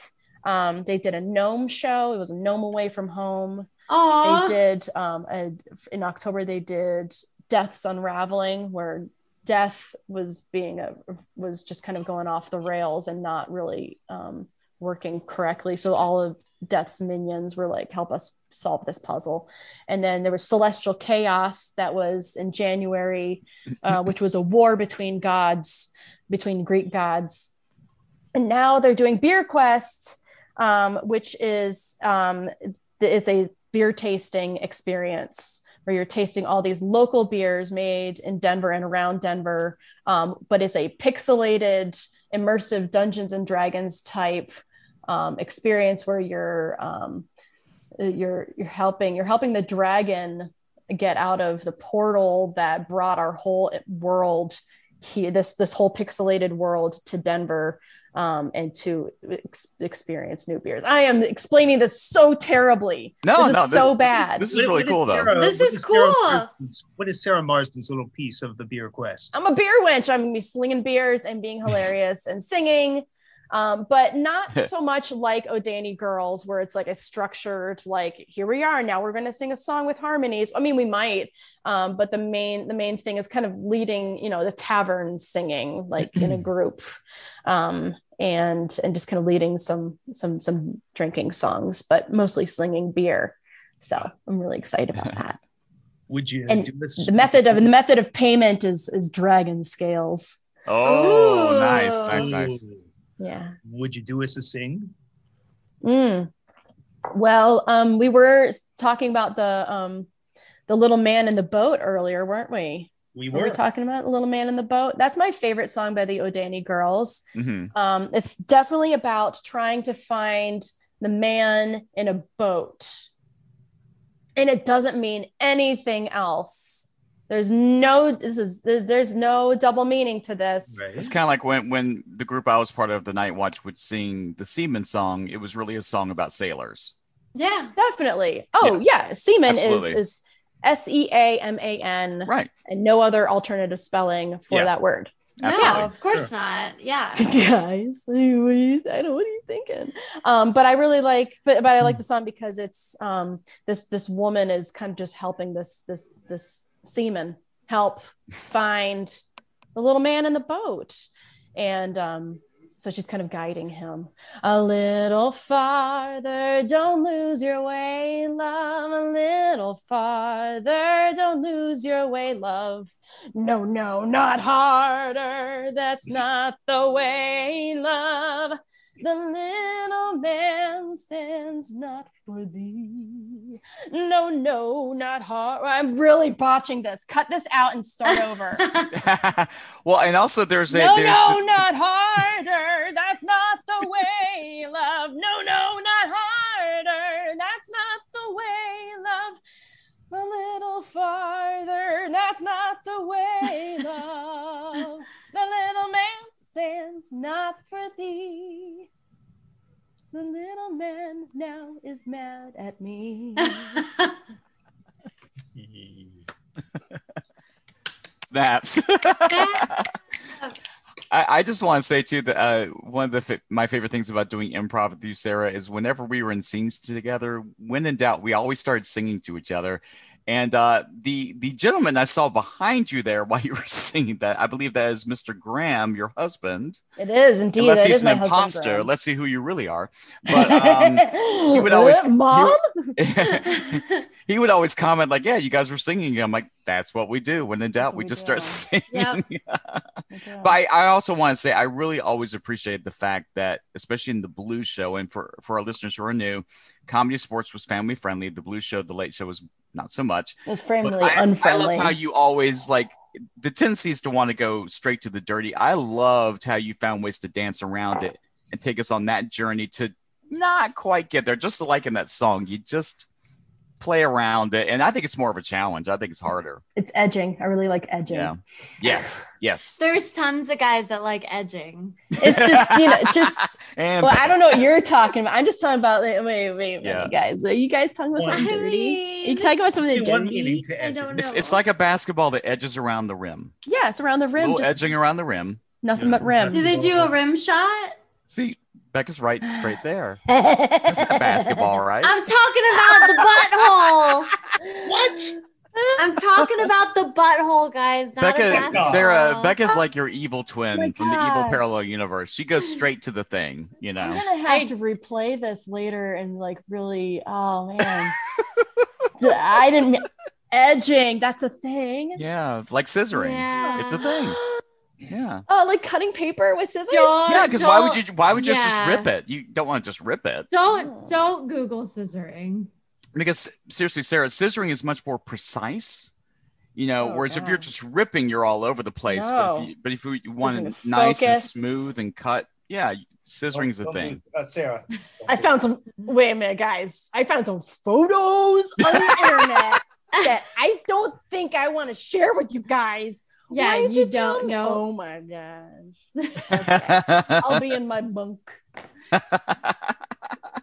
um, they did a gnome show it was a gnome away from home
Aw.
they did um, a, in october they did death's unraveling where death was being a was just kind of going off the rails and not really um, working correctly so all of death's minions were like help us solve this puzzle and then there was celestial chaos that was in january uh, which was a war between gods between greek gods and now they're doing beer quest um, which is um, it's a beer tasting experience where you're tasting all these local beers made in denver and around denver um, but it's a pixelated immersive dungeons and dragons type um, experience where you're um, you're you're helping you're helping the dragon get out of the portal that brought our whole world here this this whole pixelated world to Denver um, and to ex- experience new beers. I am explaining this so terribly.
No,
this
no,
is so
this-
bad.
This is really
What
cool, though.
Sarah-
This
what
is
Sarah
cool.
Marsden's- what is Sarah Marsden's little piece of the beer quest?
I'm a beer wench. I'm gonna be slinging beers and being hilarious and singing, um, but not so much like O'Danny Girls, where it's like a structured, like here we are now. We're gonna sing a song with harmonies. I mean, we might, um, but the main the main thing is kind of leading, you know, the tavern singing like in a group, um, and and just kind of leading some some some drinking songs, but mostly slinging beer. So I'm really excited about that.
Would you
And
do this?
The method of the method of payment is is dragon scales.
Oh, nice,
Ooh.
nice, nice.
Yeah.
Would you do us a sing?
Mm. Well, um, we were talking about the um, the little man in the boat earlier, weren't we? We
We
were
were.
talking about the little man in the boat. That's my favorite song by the O'Danny Girls.
hmm
Um, it's definitely about trying to find the man in a boat, and it doesn't mean anything else. There's no this is there's, there's no double meaning to this.
Right.
It's kind of like when when the group I was part of, the Night Watch, would sing the Seaman song. It was really a song about sailors.
Yeah.
Definitely. Oh yeah, seaman is
Absolutely.
is S E A M A N.
Right.
and no other alternative spelling for
Yeah.
that word.
Absolutely.
No, of course not. Yeah.
Guys, what are you, I don't. What are you thinking? Um, but I really like, but but I like the song because it's um this this woman is kind of just helping this this this seaman help find the little man in the boat, and um so she's kind of guiding him a little farther. Don't lose your way, love. A little farther. Don't lose your way, love. No, no, not harder. That's not the way, love. The little man stands not for thee. No, no, not hard. I'm really botching this. Cut this out and start over.
well, and also there's a
no,
there's
no, not harder. That's not the way, love. No, no, not harder. That's not the way, love. A little farther. That's not the way, love. The little man stands not for thee. The little man now is mad at me.
the snaps. I, I just want to say too that uh, one of the fa- my favorite things about doing improv with you, Sarah, is whenever we were in scenes together, when in doubt, we always started singing to each other. And uh, the the gentleman I saw behind you there while you were singing that, I believe that is Mr. Graham, your husband.
It is indeed.
Unless
that
he's
is
an
my husband,
imposter,
Graham.
let's see who you really are. But um, he would
Uh,
always- he
mom.
he would always comment like, "Yeah, you guys were singing." I'm like, "That's what we do." When in doubt,
what
we
we
just
do.
start singing.
yeah.
But I, I also want to say I really always appreciate the fact that, especially in the Blue Show, and for for our listeners who are new, comedy sports was family friendly. The Blue Show, the Late Show was not so much.
It was
But
friendly,
I, I
unfriendly.
love how you always like the tendency is to want to go straight to the dirty. I loved how you found ways to dance around it and take us on that journey to not quite get there. Just like in that song, you just play around it, and I think it's more of a challenge. I think it's harder.
it's edging. I really like edging.
Yeah. Yes. Yes.
There's tons of guys that like edging.
It's just you know just.
And
Well, I don't know what you're talking about. I'm just talking about like, wait, wait, wait,
Yeah.
guys. Are you guys talking about
Well,
something
I
dirty? Are you
mean,
talking about something
Only one meaning
dirty?
to
I
edge
don't
it.
It's,
know.
it's like a basketball that edges around the rim.
Yeah, it's around the
a
rim.
little
just
edging around the rim.
Nothing
Yeah.
but rim.
Do they do a rim shot?
See, Becca's right straight there. That's
That's
not basketball, right?
I'm talking about the butthole. What? I'm talking about the butthole, guys. Not a
Becca,
basketball.
Sarah, Becca's like your
Oh
evil
my
twin from the evil
gosh.
parallel universe. She goes straight to the thing, you
I'm
know.
gonna have
I-
to replay this later and like really. Oh man, D- I didn't mean- edging. That's a thing.
Yeah, like scissoring.
Yeah.
It's a thing. Yeah.
Oh, like cutting paper with scissors.
Don't-
Yeah, because why would
don't-
you? Why would you
yeah.
just rip it? You don't want to just rip it
Don't don't Google scissoring.
because seriously, Sarah, scissoring is much more precise. You know,
Oh,
whereas if
God.
you're just ripping, you're all over the place. But
No.
if you, but if you
Scissoring
want it
is
nice and
focused.
smooth and cut, yeah, Scissoring's a
Don't
thing.
do- Uh, Sarah.
I found some. Wait a minute, guys. I found some photos on the internet that I don't think I want to share with you guys.
Yeah,
Why did
you,
tell
don't
me-
know.
Oh my gosh. I'll be in my bunk.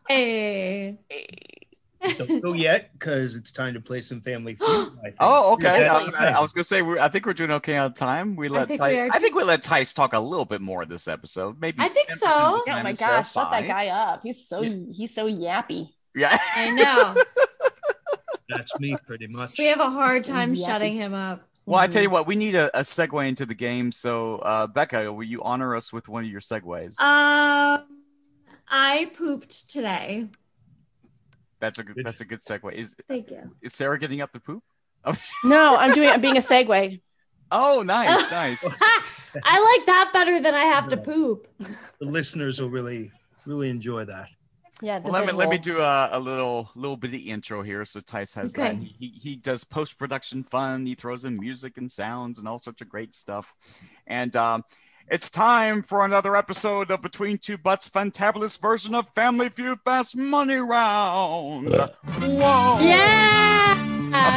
Hey.
Don't go yet, because it's time to play some Family Feud. I think.
Oh, okay. I,
Exactly.
I- I was gonna say we I think we're doing okay on time. We let
think
Ty-
we are
I think we let Tice talk a little bit more this episode. Maybe
I think
10%
so.
of the time
Oh my
and
gosh,
stuff,
shut that
fine.
guy up. He's so he's so yappy.
Yeah.
I know.
That's me, pretty much.
We have a hard time
Yeah.
shutting him up.
Well, I
Mm-hmm.
tell you what, we need a, a segue into the game. So, uh, Becca, will you honor us with one of your segues?
Uh,
Um, I pooped today.
that's a good, that's a good segue. Is
Thank you.
is Sarah getting up to poop?
No, I'm doing I'm being a segue.
Oh, nice, nice.
I like that better than I have to poop.
The listeners will really, really enjoy that.
Yeah. the
Well, let me let me
visual.
do a, a little little bit of intro here. So Tice has that.
Okay.
He, he he does post production fun. He throws in music and sounds and all sorts of great stuff. And um, it's time for another episode of Between Two Butts, fantabulous version of Family Feud Fast Money Round. Whoa!
Yeah.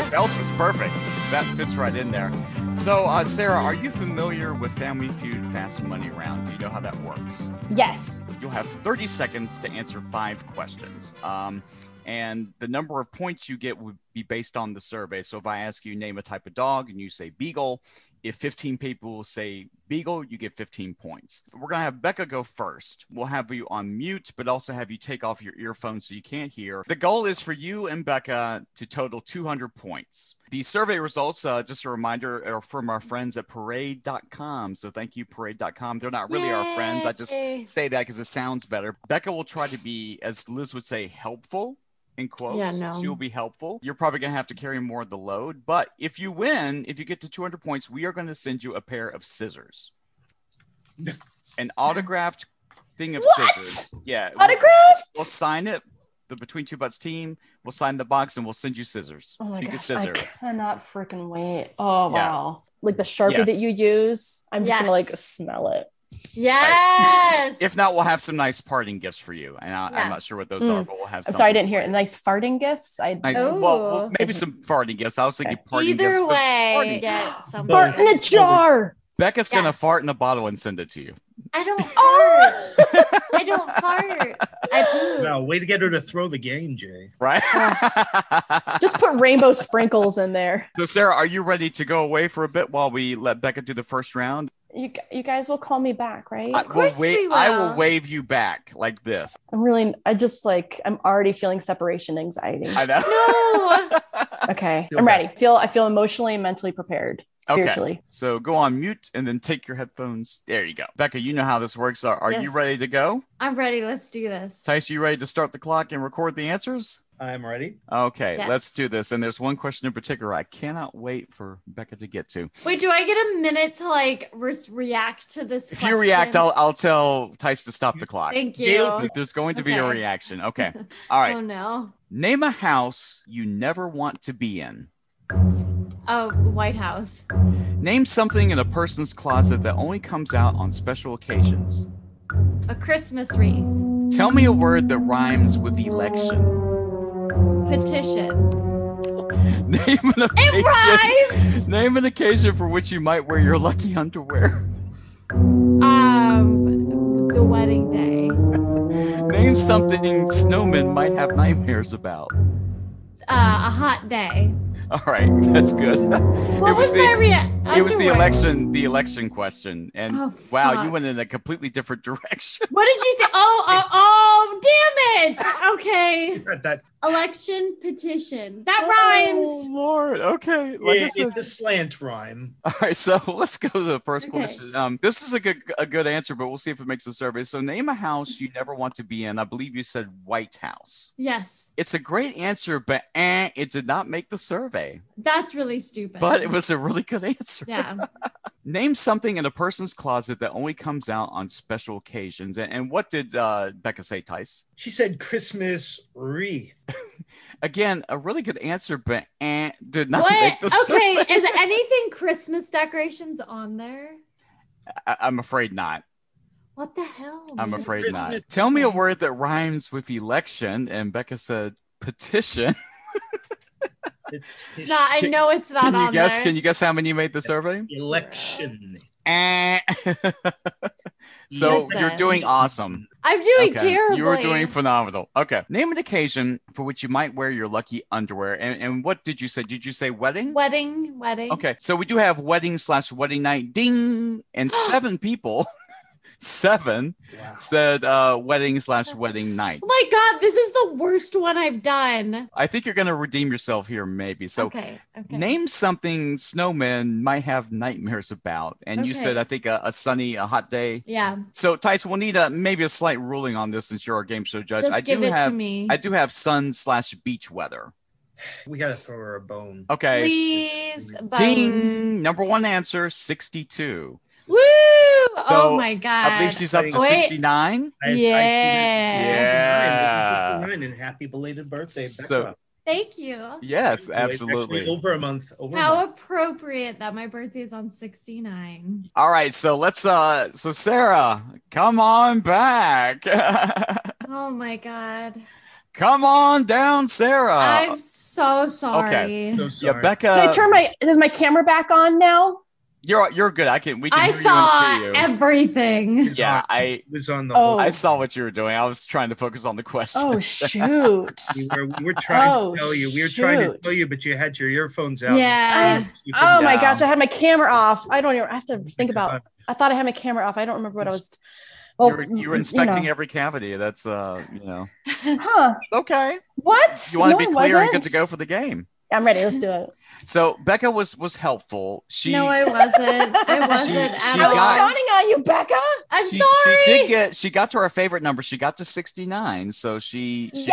The belt was perfect. That fits right in there. So uh, Sarah, are you familiar with Family Feud Fast Money Round? Do you know how that works?
Yes.
You'll have 30 seconds to answer five questions. Um, and the number of points you get would be based on the survey. So if I ask you name a type of dog and you say beagle, if 15 people say beagle, you get 15 points. We're going to have Becca go first. We'll have you on mute, but also have you take off your earphones so you can't hear. The goal is for you and Becca to total 200 points. The survey results, uh, just a reminder, are from our friends at parade.com. So thank you, parade.com. They're not really our friends. I just
Yay.
say that because it sounds better. Becca will try to be, as Liz would say, helpful in quotes.
Yeah, no.
She will be helpful. You're probably going to have to carry more of the load. But if you win, if you get to 200 points, we are going to send you a pair of scissors, an autographed thing of
What?
scissors. Yeah. we'll-
Autograph.
We'll, sign it. The Between Two Butts team will sign the box and we'll send you scissors.
Oh my
so you
gosh,
can scissor.
I cannot freaking wait. Oh
Yeah.
wow. Like the Sharpie that
Yes.
you use. I'm just gonna
Yes.
like smell it.
Yes.
If not, we'll have some nice parting gifts for you. And I,
Yeah.
I'm not sure what those
Mm.
are, but we'll have
I'm
some.
sorry I didn't hear it. Nice farting gifts. I
I, well, well,
Ooh.
maybe some farting gifts. I was thinking party gifts.
Oh. Either
but
way,
party.
get
Fart
fart in
someone.
a jar.
Becca's gonna
Yes.
fart in a bottle and send it to you.
I don't fart.
Oh!
I don't fart. I poop.
Wow, way to get her to throw the game, Jay.
Right?
just put rainbow sprinkles in there.
so Sarah, are you ready to go away for a bit while we let Becca do the first round?
You, you guys will call me back, right?
I,
Of course
will wa-
we
I will
will.
wave you back like this.
I'm really, I just like, I'm already feeling separation anxiety.
I know.
No.
okay,
Feel
I'm
bad.
ready. feel I feel emotionally and mentally prepared
Okay.
spiritually.
So go on mute and then take your headphones. There you go. Becca, you know how this works. Are, are you
Yes.
ready to go?
I'm ready. Let's do this.
Tice, you ready to start the clock and record the answers?
I'm ready.
Okay,
Yes.
let's do this. And there's one question in particular I cannot wait for Becca to get to.
Wait, do I get a minute to like re- react to this?
If you react,
question?
I'll I'll tell Tice to stop the clock.
Thank you.
Gail-
So there's going to be a
Okay.
reaction. Okay. All right.
Oh no.
Name a house you never want to be in.
Oh, White House.
Name something in a person's closet that only comes out on special occasions.
A Christmas wreath.
Tell me a word that rhymes with election.
Petition.
Name an occasion.
It rhymes.
Name an occasion for which you might wear your lucky underwear.
Um, the wedding day.
Name something snowmen might have nightmares about.
Uh, a hot day.
All right, that's good.
What
it
was,
was
my
the
reaction?
it was the election the election question, and
Oh,
wow, you
fuck.
went in a completely different direction.
What did you think? Oh, oh, oh, damn it. Okay.
Read that.
Election petition. That
Oh,
rhymes.
Lord, okay. Like I
Yeah,
said,
it's a slant rhyme.
All right, so let's go to the first
Okay.
question. Um, this is a good a good answer, but we'll see if it makes the survey. So, name a house you never want to be in. I believe you said White House.
Yes.
It's a great answer, but eh, it did not make the survey.
That's really stupid.
But it was a really good answer.
eh. Yeah.
Name something in a person's closet that only comes out on special occasions. And, and what did uh, Becca say, Tice?
She said Christmas wreath.
Again, a really good answer, but eh, did not
What?
make the survey.
Okay. Is anything Christmas decorations on there?
I- I'm afraid not.
What the hell?
I'm
man?
afraid not.
Christmas-
Tell me a word that rhymes with election, and Becca said petition.
It's not. I know it's not
Can
on
you guess?
there.
Can you guess how many made the survey?
election.
Eh. so you're
Listen.
doing awesome.
I'm doing
Okay.
terribly.
You were doing phenomenal. Okay. Name an occasion for which you might wear your lucky underwear. And, and what did you say? Did you say wedding?
wedding, wedding.
Okay, so we do have wedding slash wedding night. Ding, and seven people, seven
Wow.
said uh, wedding slash wedding night.
Oh my god, this is the worst one I've done.
I think you're gonna redeem yourself here, maybe. So.
okay, okay.
Name something snowmen might have nightmares about. And you said,
Okay.
I think uh, a, a sunny, a hot day.
yeah,
So, Tyson, we'll need a, maybe a slight ruling on this since you're our game show judge.
just
I
give
do
it
have
to me,
I do have sun slash beach weather.
We gotta throw her a
Oh,
bone.
Okay.
please. um, Bone.
Ding. Number one answer, 62.
Woo!
So,
oh my god.
I believe she's up to
Wait.
69. Yeah.
I, I, and happy belated birthday, Becca.
So-
Thank you.
Yes,
Actually,
absolutely.
Over a month. Over a
How
month.
appropriate that my birthday is on 69.
All right, so let's uh so Sarah, come on back.
Oh my god.
come on down, Sarah.
I'm so sorry.
So
yeah,
sorry.
Can
Becca,
I turn my is my camera back on now?
you're you're good. I can we can
I
hear
saw
you and see you.
everything.
Yeah, I
was on the
Oh.
whole.
I saw what you were doing. I was trying to focus on the question.
Oh shoot.
We were, we were trying
Oh,
to tell you. We were trying to
shoot.
tell you, but you had your earphones out.
Yeah.
You couldn't-
Oh my
Yeah.
gosh, I had my camera off. I don't even I have to think about
about
I thought I had my camera off. I don't remember what I was
you
well,
were, you were
oh, know.
inspecting every cavity. That's uh, you know.
Huh.
Okay.
What?
You want to
No,
be
I
clear and good
wasn't.
to go for the game.
I'm ready. Let's do it.
So Becca was was helpful. She
no, I wasn't. I wasn't
She-
at
she
I
all.
was
got-
counting on you, Becca.
I'm
she,
sorry.
she did get she got to her favorite number. She got to 69. So she she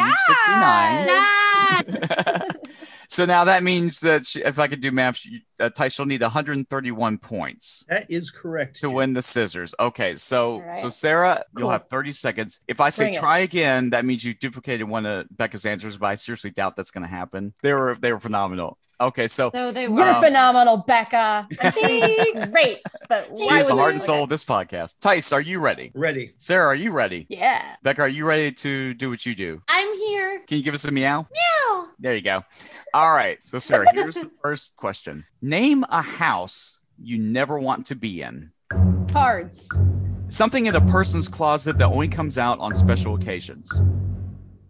reached
That-
69. so now that means that she, if I could do math, she, uh, Tice, she'll need 131 points
that is correct.
to
Jim.
win the scissors. Okay, so
All right.
so Sarah, you'll
Cool.
have 30 seconds. If I say
Bring it.
try again, that means you duplicated one of Becca's answers, but I seriously doubt that's going to happen. They were they were phenomenal. Okay, so
No, they
You're
were.
Um,
phenomenal, Becca. Great, but
She
why
she is the
was
heart
I-
and soul of this podcast. Tice, are you ready?
Ready.
Sarah, are you ready?
Yeah.
Becca, are you ready to do what you do?
I'm here.
Can you give us a meow?
Meow.
There you go. All right. So, Sarah, here's the first question Name a house you never want to be in.
Cards.
Something in a person's closet that only comes out on special occasions.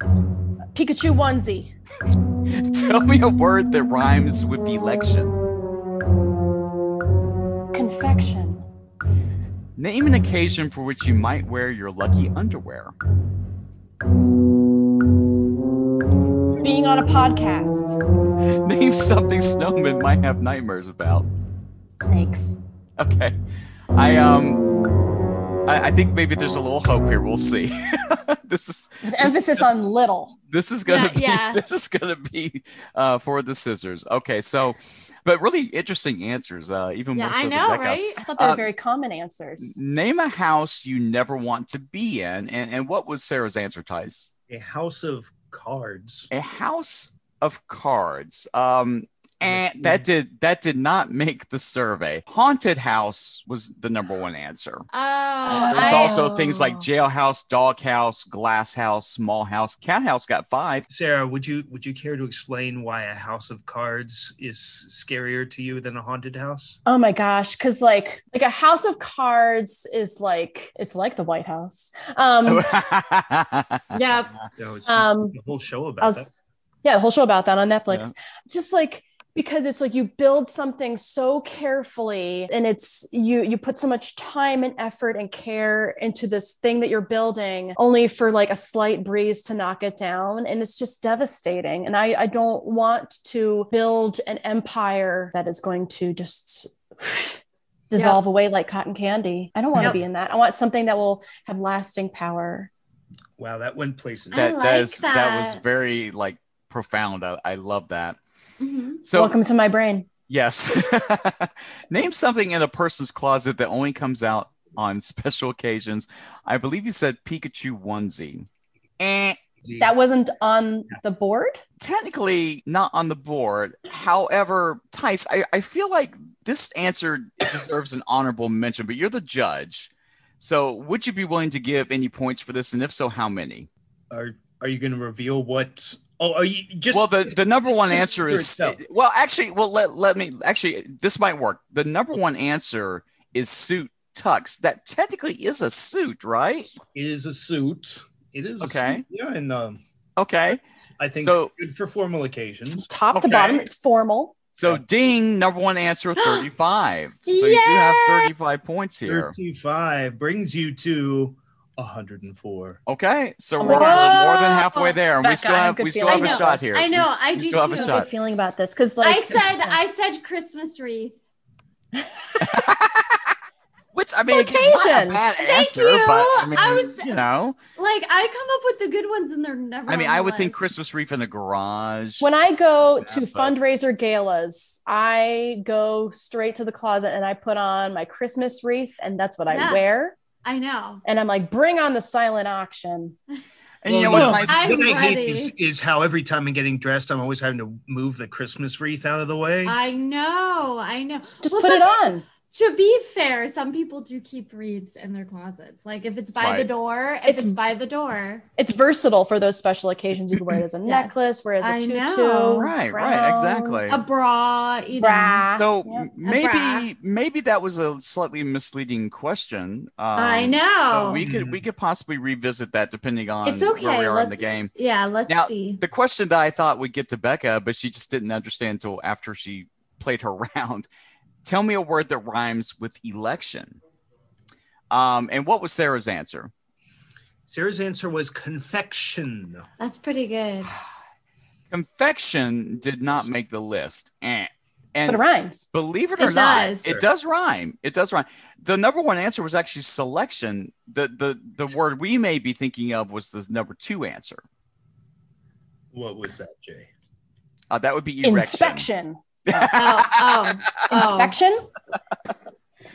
Pikachu onesie.
Tell me a word that rhymes with election.
Confection.
Name an occasion for which you might wear your lucky underwear.
Being on a podcast.
Name something snowmen might have nightmares about.
Snakes.
Okay. I um I, I think maybe there's a little hope here. We'll see. this is
With emphasis on little.
this is gonna
Yeah,
be
yeah.
this is gonna be uh, for the scissors. Okay, so but really interesting answers. Uh, even
Yeah,
more so
I
than
know,
Becca.
right?
I thought they were
Uh,
very common answers.
Name a house you never want to be in, and and what was Sarah's answer, Tice?
A house of cards.
A house of cards. Um,
Yes,
and that did that did not make the survey. Haunted house was the number one answer.
Oh,
There's
I, Oh.
also things like jailhouse, doghouse, glass house, small house. Cat house got five.
Sarah, would you would you care to explain why a house of cards is scarier to you than a haunted house?
Oh my gosh, because like like a house of cards is like it's like the White House. Um,
Yep.
No, it's
um
a whole show
I
about that.
was, yeah, the whole show about that on Netflix.
Yeah.
Just like because it's like you build something so carefully and it's you you put so much time and effort and care into this thing that you're building only for like a slight breeze to knock it down and it's just devastating and i i don't want to build an empire that is going to just dissolve away like cotton candy i don't want to
Yep.
be in that i want something that will have lasting power
Wow, that went places.
I
that
like
that, is, that. was
that.
very like profound. I, I love that.
Mhm.
So
welcome to my brain
yes, name something in a person's closet that only comes out on special occasions. I believe you said Pikachu onesie. Eh,
that wasn't on the board
technically not on the board. However, Tice, I, I feel like this answer deserves an honorable mention, but you're the judge. So, would you be willing to give any points for this? And if so, how many?
Are are you going to reveal what? Oh, are you just?
well, the, the number one answer
for
is
itself.
well, actually, well, let, let me actually, this might work. The number one answer is suit tux. That technically is a suit, right?
it is a suit. It is A
Okay.
suit. Yeah, and um,
Okay.
I think
So-
good for formal occasions.
Top to
Okay.
bottom, it's formal.
So, ding, number one answer 35. So, you do have
Yay!
35 points here.
Thirty-five brings you to hundred and four.
Okay. So,
Oh
we're,
my
we're
gosh.
more than halfway there. And we
Becca,
still
I have
have,
good
we still
feeling.
have
I
a
know.
shot here.
I
We-
know. I
we
do
still
too.
I have
have a
a
shot.
good feeling about this because, like,
I said I said Christmas wreath.
Which, I mean, again, not a
Vacation.
bad
Thank
answer,
you.
but I mean,
I was-
you know,
Like I come up with the good ones and they're never.
I mean,
on the
I would think
list.
Christmas wreath in the garage.
when I go
Yeah,
to
but-
fundraiser galas, I go straight to the closet and I put on my Christmas wreath, and that's what
Yeah.
I wear.
I know.
And I'm like, bring on the silent auction.
and you know what's
Well,
nice?
I- I'm
what I hate
ready.
is, is how every time I'm getting dressed, I'm always having to move the Christmas wreath out of the way.
I know. I know.
Just
Well,
put
some
it on.
pe- To be fair, some people do keep wreaths in their closets. Like if it's by the
Right.
door, if it's,
It's-
by the door.
It's versatile for those special occasions. You can wear it as a necklace, wear it
I
as a tutu.
know.
right, right,
crown,
exactly.
A bra, you know.
bra.
so
Yeah.
m-
bra.
maybe maybe that was a slightly misleading question. Um,
I know.
so we could we could possibly revisit that depending on
it's okay.
where we are
let's,
in the game.
Yeah, let's
Now-
see.
The question that I thought would get to Becca, but she just didn't understand until after she played her round. Tell me a word that rhymes with election. Um, and what was Sarah's answer?
Sarah's answer was confection.
That's pretty good.
Confection did not make the list. Eh.
But
And
it rhymes.
Believe it
It
or not,
does.
it does rhyme. It does rhyme. The number one answer was actually selection. The the the word we may be thinking of was the number two answer.
What was that, Jay?
Uh, that would be erection.
Inspection.
Oh, oh, oh.
Inspection?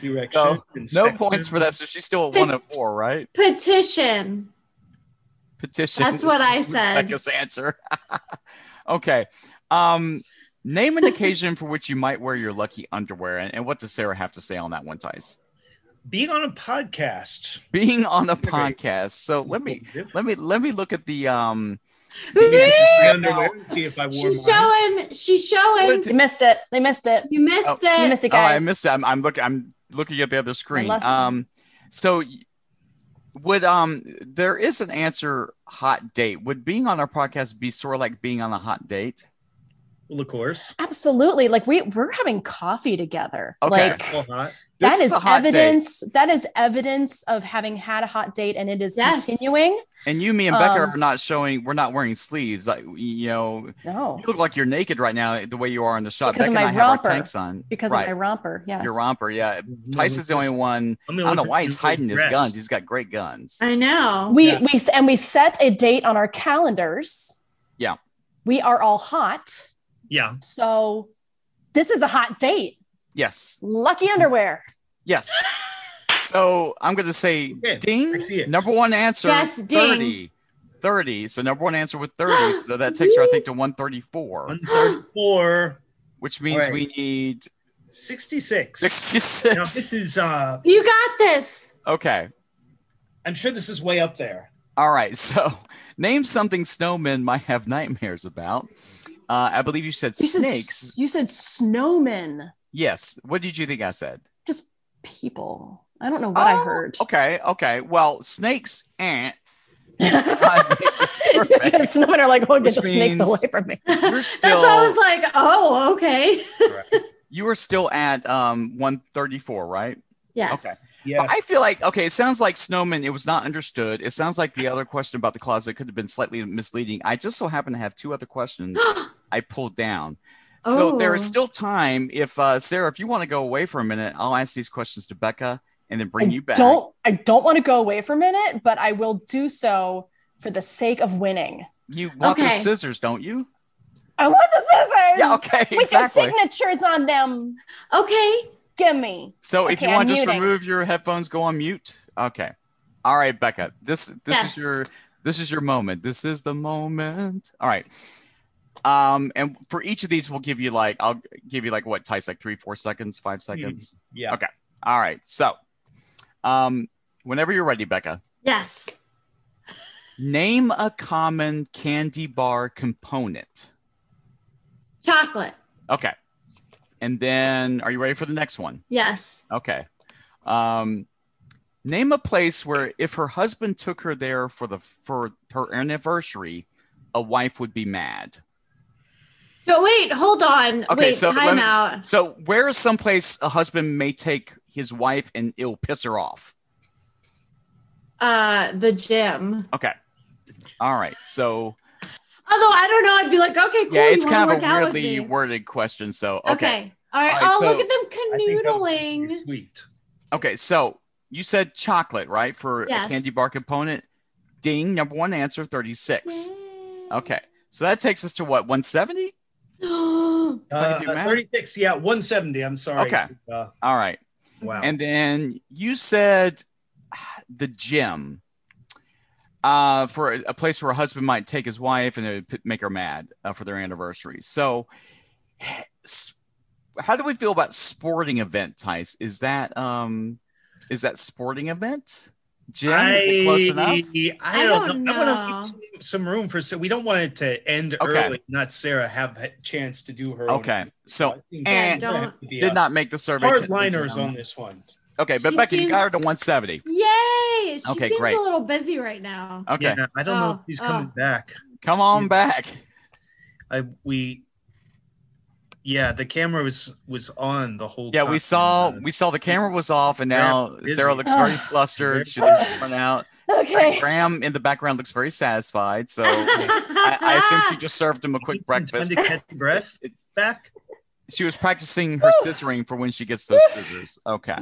Erection.
No- No
inspection.
points for that. So she's still at one of four, right?
Petition.
Petition.
That's what I
was
said.
Becca's answer. okay. Um, name an occasion for which you might wear your lucky underwear, and, and what does Sarah have to say on that one, Tice?
Being on a podcast.
Being on a podcast. So let me let me let me look at the um.
Woo!
The underwear and see if I wore
She's
mine.
showing. She's showing.
You missed it. They missed it.
You missed
You
it.
missed it,
Oh, I
guys.
missed it. I'm, I'm looking. I'm looking at the other screen.
lost it.
Um, so y- would um there is an answer hot date. Would being on our podcast be sort of like being on a hot date?
Well, of course.
Absolutely. Like we we're having coffee together.
Okay.
Like
Well, hot.
This
that is,
a hot date.
evidence. That is evidence of having had a hot date and it is
Yes.
continuing.
And you, me, and Becca
Um,
are not showing. We're not wearing sleeves. Like you know,
No,
you look like you're naked right now, the way you are in the shot.
Because of
Becca and
my
I have our
romper.
tanks on.
because
right,
of my romper. Yes.
your romper. Yeah, Tice is the only one.
I
I don't know why he's hiding his guns. He's got great guns.
I know.
We
Yeah.
we s- and we set a date on our calendars.
Yeah.
We are all hot.
Yeah.
So this is a hot date.
Yes,
Lucky underwear.
yes. so I'm going to say
Okay, I
ding.
see it.
Number one answer.
Yes, ding.
30. 30. So number one answer with 30. so that takes her, I think, to 134,
134.
which means
Right.
we need
66.
66.
Now, this is, uh,
you got this.
Okay.
I'm sure this is way up there.
All right. So name something snowmen might have nightmares about. Uh, I believe you said
You said
snakes.
s- you said snowmen.
yes. What did you think I said?
Just people. I don't know what I
Oh,
heard.
Okay. Okay. Well, snakes eh. and
Because snowmen are like, oh,
Which
get the snakes
means-
away from me.
you're
That's why I was
still
like, oh, okay.
you are still at um 134, right?
Yes.
Okay.
Yeah.
I feel like okay, it sounds like snowman. It was not understood. It sounds like the other question about the closet could have been slightly misleading. I just so happen to have two other questions I pulled down, so there is
Oh.
still time. If uh, Sarah, if you want to go away for a minute, I'll ask these questions to Becca and then bring
I
you back.
Don't I don't want to go away for a minute, but I will do so for the sake of winning.
you want the
Okay.
scissors, don't you?
I want the scissors
Yeah. Okay.
with
exactly.
your signatures on them.
okay.
Gimme.
So if you
Okay,
want
I'm
to just
muting.
remove your headphones, go on mute. Okay. All right, Becca. This this
Yes.
is your this is your moment. This is the moment. All right. Um, and for each of these, we'll give you like I'll give you like what Tice like three, four seconds, five seconds.
yeah.
Okay. All right. So, um, Whenever you're ready, Becca,
Yes.
name a common candy bar component.
Chocolate.
Okay. And then are you ready for the next one?
Yes.
Okay. Um, name a place where if her husband took her there for the for her anniversary, a wife would be mad.
So wait, hold on.
Okay,
wait,
so let
time
me-
out.
So where is someplace a husband may take his wife and it'll piss her off?
Uh the gym.
Okay. All right. So
Although I don't know, I'd be like, okay, cool.
yeah,
you
it's
wanna
kind of
work
a
out with
weirdly
me.
worded question. So
Okay.
okay.
All right.
All right,
oh, look
so-
at them
I think that would be
canoodling.
Sweet.
Okay, so you said chocolate, right? For
Yes.
a candy bar component. Ding, number one answer, 36. Okay. So that takes us to what, 170?
Okay.
I
Uh,
could do math.
36, yeah, 170. I'm sorry.
Okay.
Uh,
All right.
wow.
And then you said ah, the gym. Uh, for a, a place where a husband might take his wife and it would p- make her mad uh, for their anniversary. So, s- how do we feel about sporting event, Tice? Is that um, is that sporting event? Jim, is it close enough?
I,
I
don't,
don't
know. I
know.
want to leave some- some room for so we don't want it to end
Okay.
early. Not Sarah have a chance to do her. own
Okay,
thing.
so
I think
and-
we're gonna have to be, uh,
did not make the survey.
hard
technically,
liners
Jim.
on this one.
Okay, but
She
Becky, you
seems-
got her to 170.
Yay. She
Okay,
seems
great. Uh,
a little busy right now.
Okay,
Yeah, I don't know if
Oh,
he's
oh.
coming back.
come on
Yeah.
back.
I we. Yeah, the camera was was on the whole.
Yeah,
time.
we saw we saw the camera was off, and now
Graham is
Sarah
busy.
looks very
Ugh.
flustered. She looks worn out.
Okay.
Graham in the background looks very satisfied. So I, I assume she just served him a quick
You can tend
breakfast.
To catch your breath back.
She was practicing her scissoring for when she gets those scissors. Okay.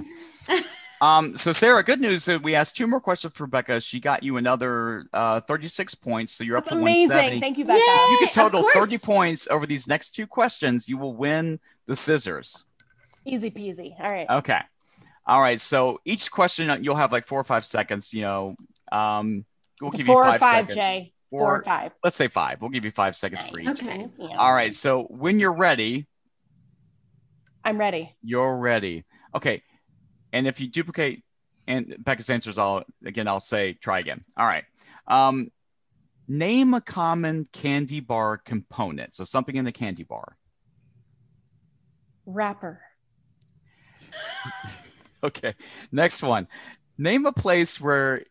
Um, so Sarah, good news that we asked two more questions for Becca. She got you another uh, 36 points, so you're
That's
up for
amazing.
170.
Thank you, Becca.
Yay!
you can
Of
total
course.
30 points over these next two questions. You will win the scissors.
Easy peasy. All right.
Okay. All right. So each question you'll have like four or five seconds. You know, um, we'll
It's
give
four
you five
or five,
seconds.
Jay. Four or five.
Let's say five. We'll give you five seconds for each.
okay.
Yeah.
All right. So when you're ready,
I'm ready.
you're ready. Okay. And if you duplicate and Becca's answers, I'll again I'll say try again. All right. Um, name a common candy bar component. So something in the candy bar.
Rapper.
Okay. Next one. Name a place where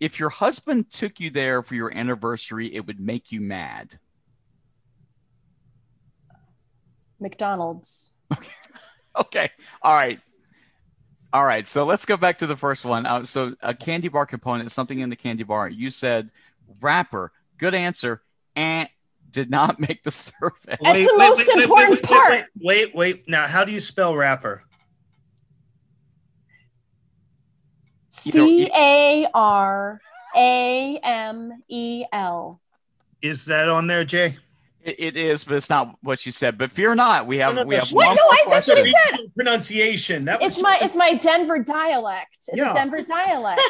if your husband took you there for your anniversary, it would make you mad.
McDonald's.
Okay. All right. All right. So let's go back to the first one. Uh, so a candy bar component, something in the candy bar. You said wrapper. Good answer. And did not make the survey.
That's the most important
wait,
part.
Wait, wait, wait. Now, how do you spell rapper?
C A R A M E L.
Is that on there, Jay?
It- it is, but it's not what you said. But fear not. We have
No, no,
we have
that's-
Wait,
one
no,
more
I- that's what
question.
I said.
Pronunciation. That was
It's my it's my Denver dialect. It's
Yeah.
a Denver dialect.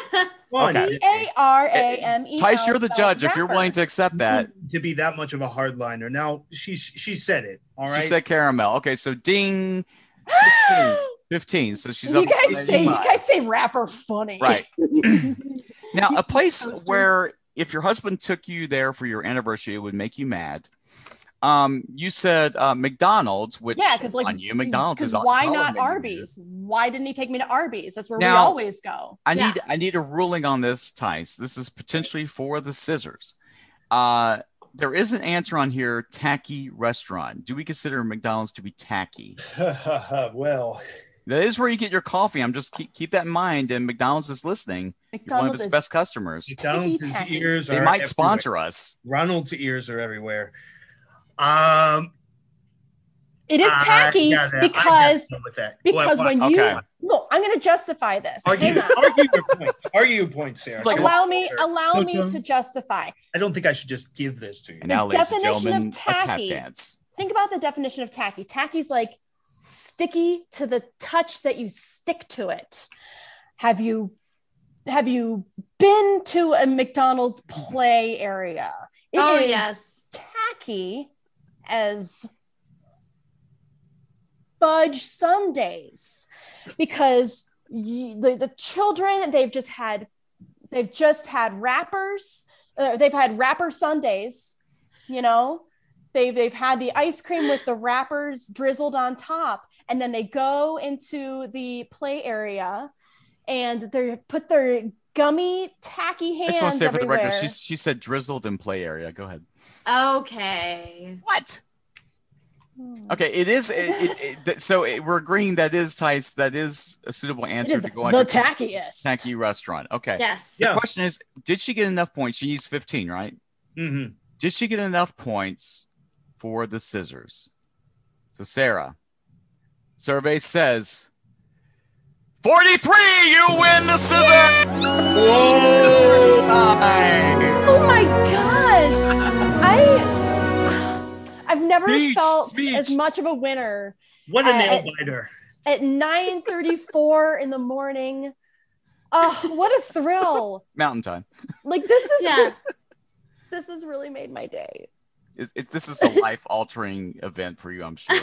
fun.
Okay.
C A R A M E L.
Tice, you're the
spells
judge. If you're
rapper.
willing to accept that,
to be that much of a hardliner. Now she she said it. All right.
she said caramel. Okay, so ding, 15. So she's
you
up. to
guys say you
85.
guys say rapper funny.
right. now, a place
Toasters.
where if your husband took you there for your anniversary, it would make you mad. Um, you said uh, McDonald's, which
Yeah, because like
on you, McDonald's
'cause
is on
why
the
not
menu.
Arby's? Why didn't he take me to Arby's? That's where we
Now-
always go.
I
Yeah.
need I need a ruling on this, Tice. This is potentially for the scissors. Uh, there is an answer on here: tacky restaurant. Do we consider McDonald's to be tacky?
well,
That is where you get your coffee. I'm just keep keep that in mind. And McDonald's is listening. You're one of
McDonald's
its
is
best customers.
McDonald's
tacky.
ears
They
are
might
everywhere.
sponsor us.
Ronald's ears are everywhere. Um,
it is
I
tacky
gotta- Uh, I gotta
because
go with that.
because
What-
when
what-
you
okay.
no, I'm gonna justify this.
what-
Hang
argue,
on.
argue your point. Argue your point, Sarah.
It's like-
allow me allow me
Okay.
to justify.
I don't think I should just give this to you.
And now, ladies and
definition of
gentlemen, a tap
tacky.
dance.
Think about the definition of tacky. Tacky's like sticky to the touch that you stick to it. Have you have you been to a McDonald's play area? It
oh
is
yes.
tacky as fudge some days because y- the, the children they've just had they've just had rappers uh, they've had rapper sundays you know they've they've had the ice cream with the wrappers drizzled on top and then they go into the play area and they put their gummy tacky
I
hands
just want to say for the
everywhere.
record, she she said drizzled in play area. Go ahead.
Okay.
What?
Hmm.
Okay, it is. It, it, it, th- so it, we're agreeing that is Tice. That is a suitable
it
answer
is
to
the
go on to
tackiest
tacky restaurant. Okay.
Yes.
The
Yeah.
question is, did she get enough points? She needs fifteen, right?
hmm
Did she get enough points for the scissors? So Sarah, survey says. 43, you win the scissors! Whoa!
Oh my gosh! I I've never
Speech,
felt
speech.
as much of a winner
mm-hmm. What a
Uh,
nail biter.
at 9:34 in the morning. Oh, what a thrill!
Mountain time.
Like this is
Yeah.
just this has really made my day.
It's, it's, this is a life altering event for you, I'm sure.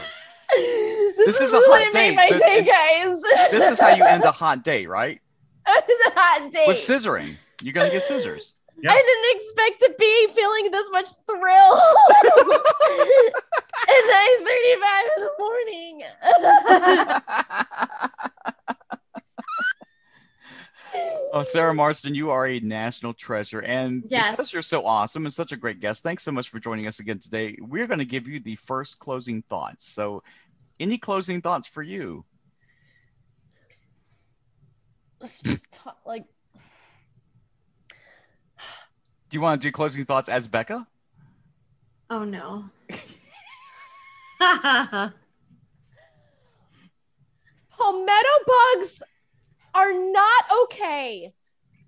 This,
This
has
is a hot
really
day,
Made my
so-
day, guys.
This is how you end a hot day, right?
It's a hot day.
With scissoring. You're going to get scissors.
Yeah.
I didn't expect to be feeling this much thrill at 9:35 in the morning.
oh, Sarah Marston, you are a national treasure. And
Yes.
because you're so awesome and such a great guest, thanks so much for joining us again today. We're going to give you the first closing thoughts. So, any closing thoughts for you?
let's just talk like
Do you want to do closing thoughts as Becca?
Oh no.
palmetto bugs are not okay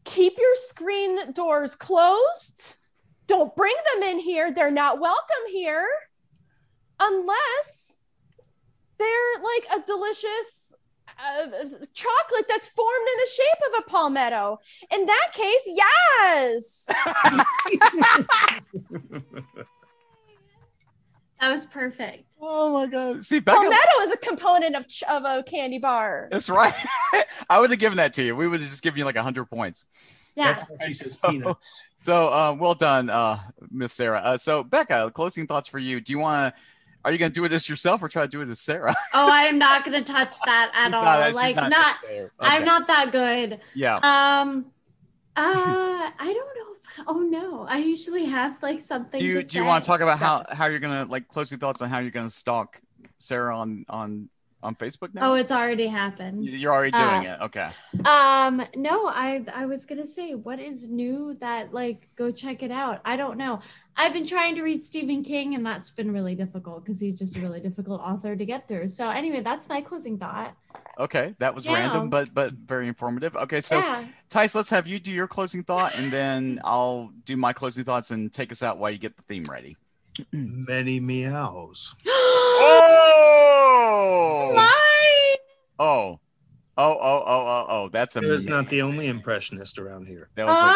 keep your screen doors closed don't bring them in here they're not welcome here unless they're like a delicious uh, chocolate that's formed in the shape of a palmetto in that case yes
that was perfect.
Oh my God. See, Becca.
palmetto is a component of, ch- of a candy bar
That's right. I would have given that to you. We would have just given you like 100 points.
Yeah.
That's why she says peanuts.
So uh, well done, uh, Miss Sarah. Uh, so Becca, closing thoughts for you. Do you want to? Are you going to do it as yourself or try to do it as Sarah?
oh, I am not gonna touch that at
She's
all.
not- she's
like
not-
not,
Okay.
I'm not that good.
Yeah.
Um uh I don't know if, oh no. I usually have like something.
Do you
to
do you want to
say.
talk about how
Yes.
how you're gonna like closing thoughts on how you're gonna stalk Sarah on on on Facebook now?
Oh, uh, it's already happened.
You- you're already doing it. Okay.
Um, no, I I was gonna say, what is new that like go check it out? I don't know. I've been trying to read Stephen King, and that's been really difficult because he's just a really difficult author to get through. So anyway, that's my closing thought.
Okay. That was
Yeah.
random, but but very informative. Okay. So
yeah.
Tice, let's have you do your closing thought, and then I'll do my closing thoughts and take us out while you get the theme ready.
Many meows.
Oh.
Mine.
Oh, oh, oh, oh, oh, oh! That's
It was
amazing.
not the only impressionist around here.
That was like-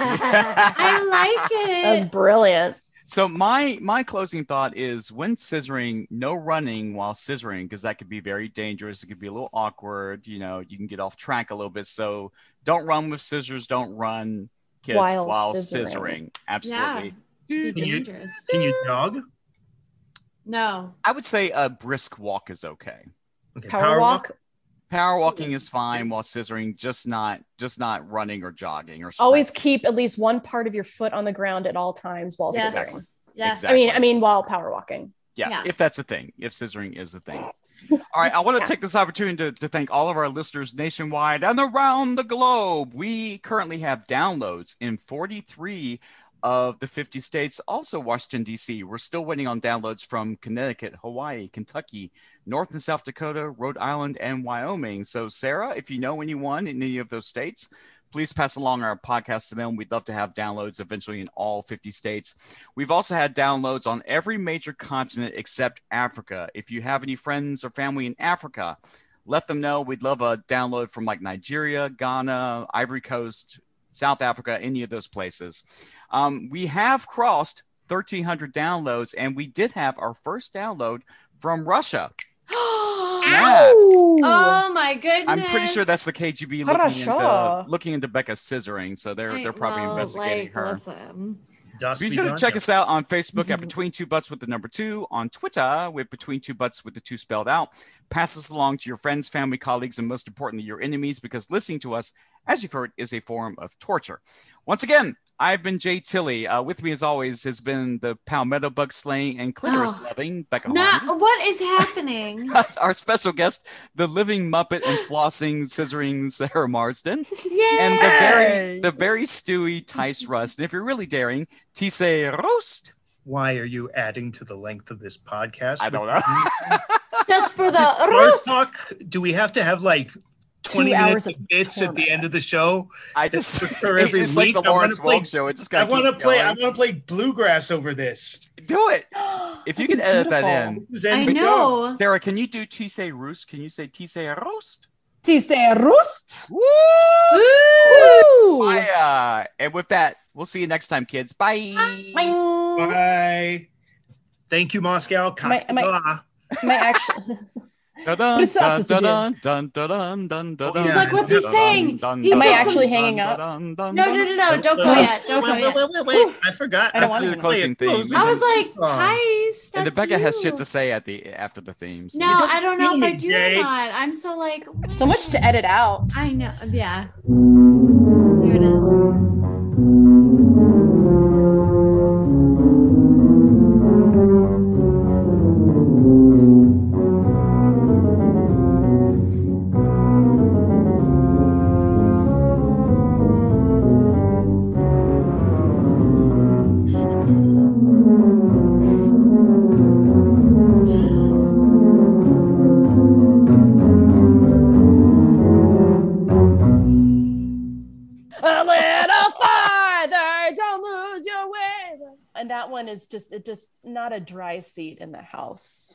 Oh, I like
that's
it.
brilliant
so my my closing thought is when scissoring, no running while scissoring because that could be very dangerous. It could be a little awkward. You know, you can get off track a little bit. So don't run with scissors. Don't run kids while,
While
scissoring.
scissoring.
Yeah.
Absolutely.
Be
Dude,
Can you-
dangerous.
Can you jog?
No.
I would say a brisk walk is okay.
Okay,
power, walk,
Power walking is fine while scissoring, just not just not running or jogging or
always
sprinting.
keep at least one part of your foot on the ground at all times while
Yes.
scissoring
Yes.
I mean,
Exactly.
I mean, while power walking.
yeah,
Yeah.
if that's a thing, if scissoring is a thing. All right, I want to
Yeah.
take this opportunity to, to thank all of our listeners nationwide and around the globe. We currently have downloads in 43 of the 50 states, also Washington, D.C. We're still waiting on downloads from Connecticut, Hawaii, Kentucky, North and South Dakota, Rhode Island, and Wyoming. So, Sarah, if you know anyone in any of those states, please pass along our podcast to them. We'd love to have downloads eventually in all 50 states. We've also had downloads on every major continent except Africa. If you have any friends or family in Africa, let them know. We'd love a download from like Nigeria, Ghana, Ivory Coast, South Africa, any of those places. Um, we have crossed 1,300 downloads, and we did have our first download from Russia. snacks.
Oh my goodness.
I'm pretty sure that's the KGB looking into,
Хорошо.
looking into Becca scissoring, so they're they're probably
Well,
investigating
like,
her.
Listen.
Dusty
Be sure to
Dun-
check us out on Facebook at Between Two Butts with the number two, on Twitter with Between Two Butts with the two spelled out. Pass this along to your friends, family, colleagues, and most importantly, your enemies, because listening to us, as you've heard, is a form of torture. Once again, I've been Jay Tilly. Uh, with me, as always, has been the palmetto bug slaying and clitoris
Oh.
loving Becca. Harmon.
Not what is happening?
Our special guest, the living Muppet and flossing, scissoring Sarah Marsden
Yay!
and the very
Yay.
the very stewy Tice Rust. And if you're really daring, Tise Roast.
Why are you adding to the length of this podcast?
I don't know.
Just for the
Bar
roast.
talk, do we have to have like 20
Two
minutes
hours
of
of
bits at the
torment.
end of the show?
I just
For every
it's like
week,
the
I wanna
Lawrence
play-
Welk show. It just
I
got
want to play. I want to play bluegrass over this.
Do it. If
That'd be
you can edit that
beautiful.
in,
I
Zen we go.
know.
Sarah, can you do Tise Roast? Can you say Tise Roast?
Si se roost.
Woo!
Woo!
Bye, uh, and with that, we'll see you next time, kids. Bye.
My,
Bye. Thank you, Moscow.
Am I- am I-
Cock-a-dolla.
my action.
Dun-dun,
What is that supposed to
dun-dun, dun-dun, dun-dun,
He's like,
what's he
dun-dun,
saying?
dun-dun,
He
dun-dun,
said
dun-dun,
something- hanging up.
dun-dun, dun-dun.
No, no, no, no. Oh, Don't go
Wait,
yet. Don't go
wait,
yet.
wait, wait, wait, wait. I forgot.
I don't want
do the
to.
closing theme.
I was
and then-
like,
Oh.
Tice.
and
that's
Rebecca has shit
you."
to say at the after the themes.
No, I don't know if I
Damn it,
do
Jay.
or not. I'm so like.
So much to edit out.
I know. Yeah. There it is.
a little farther, don't lose your way. And that one is just it just not a dry seat in the house.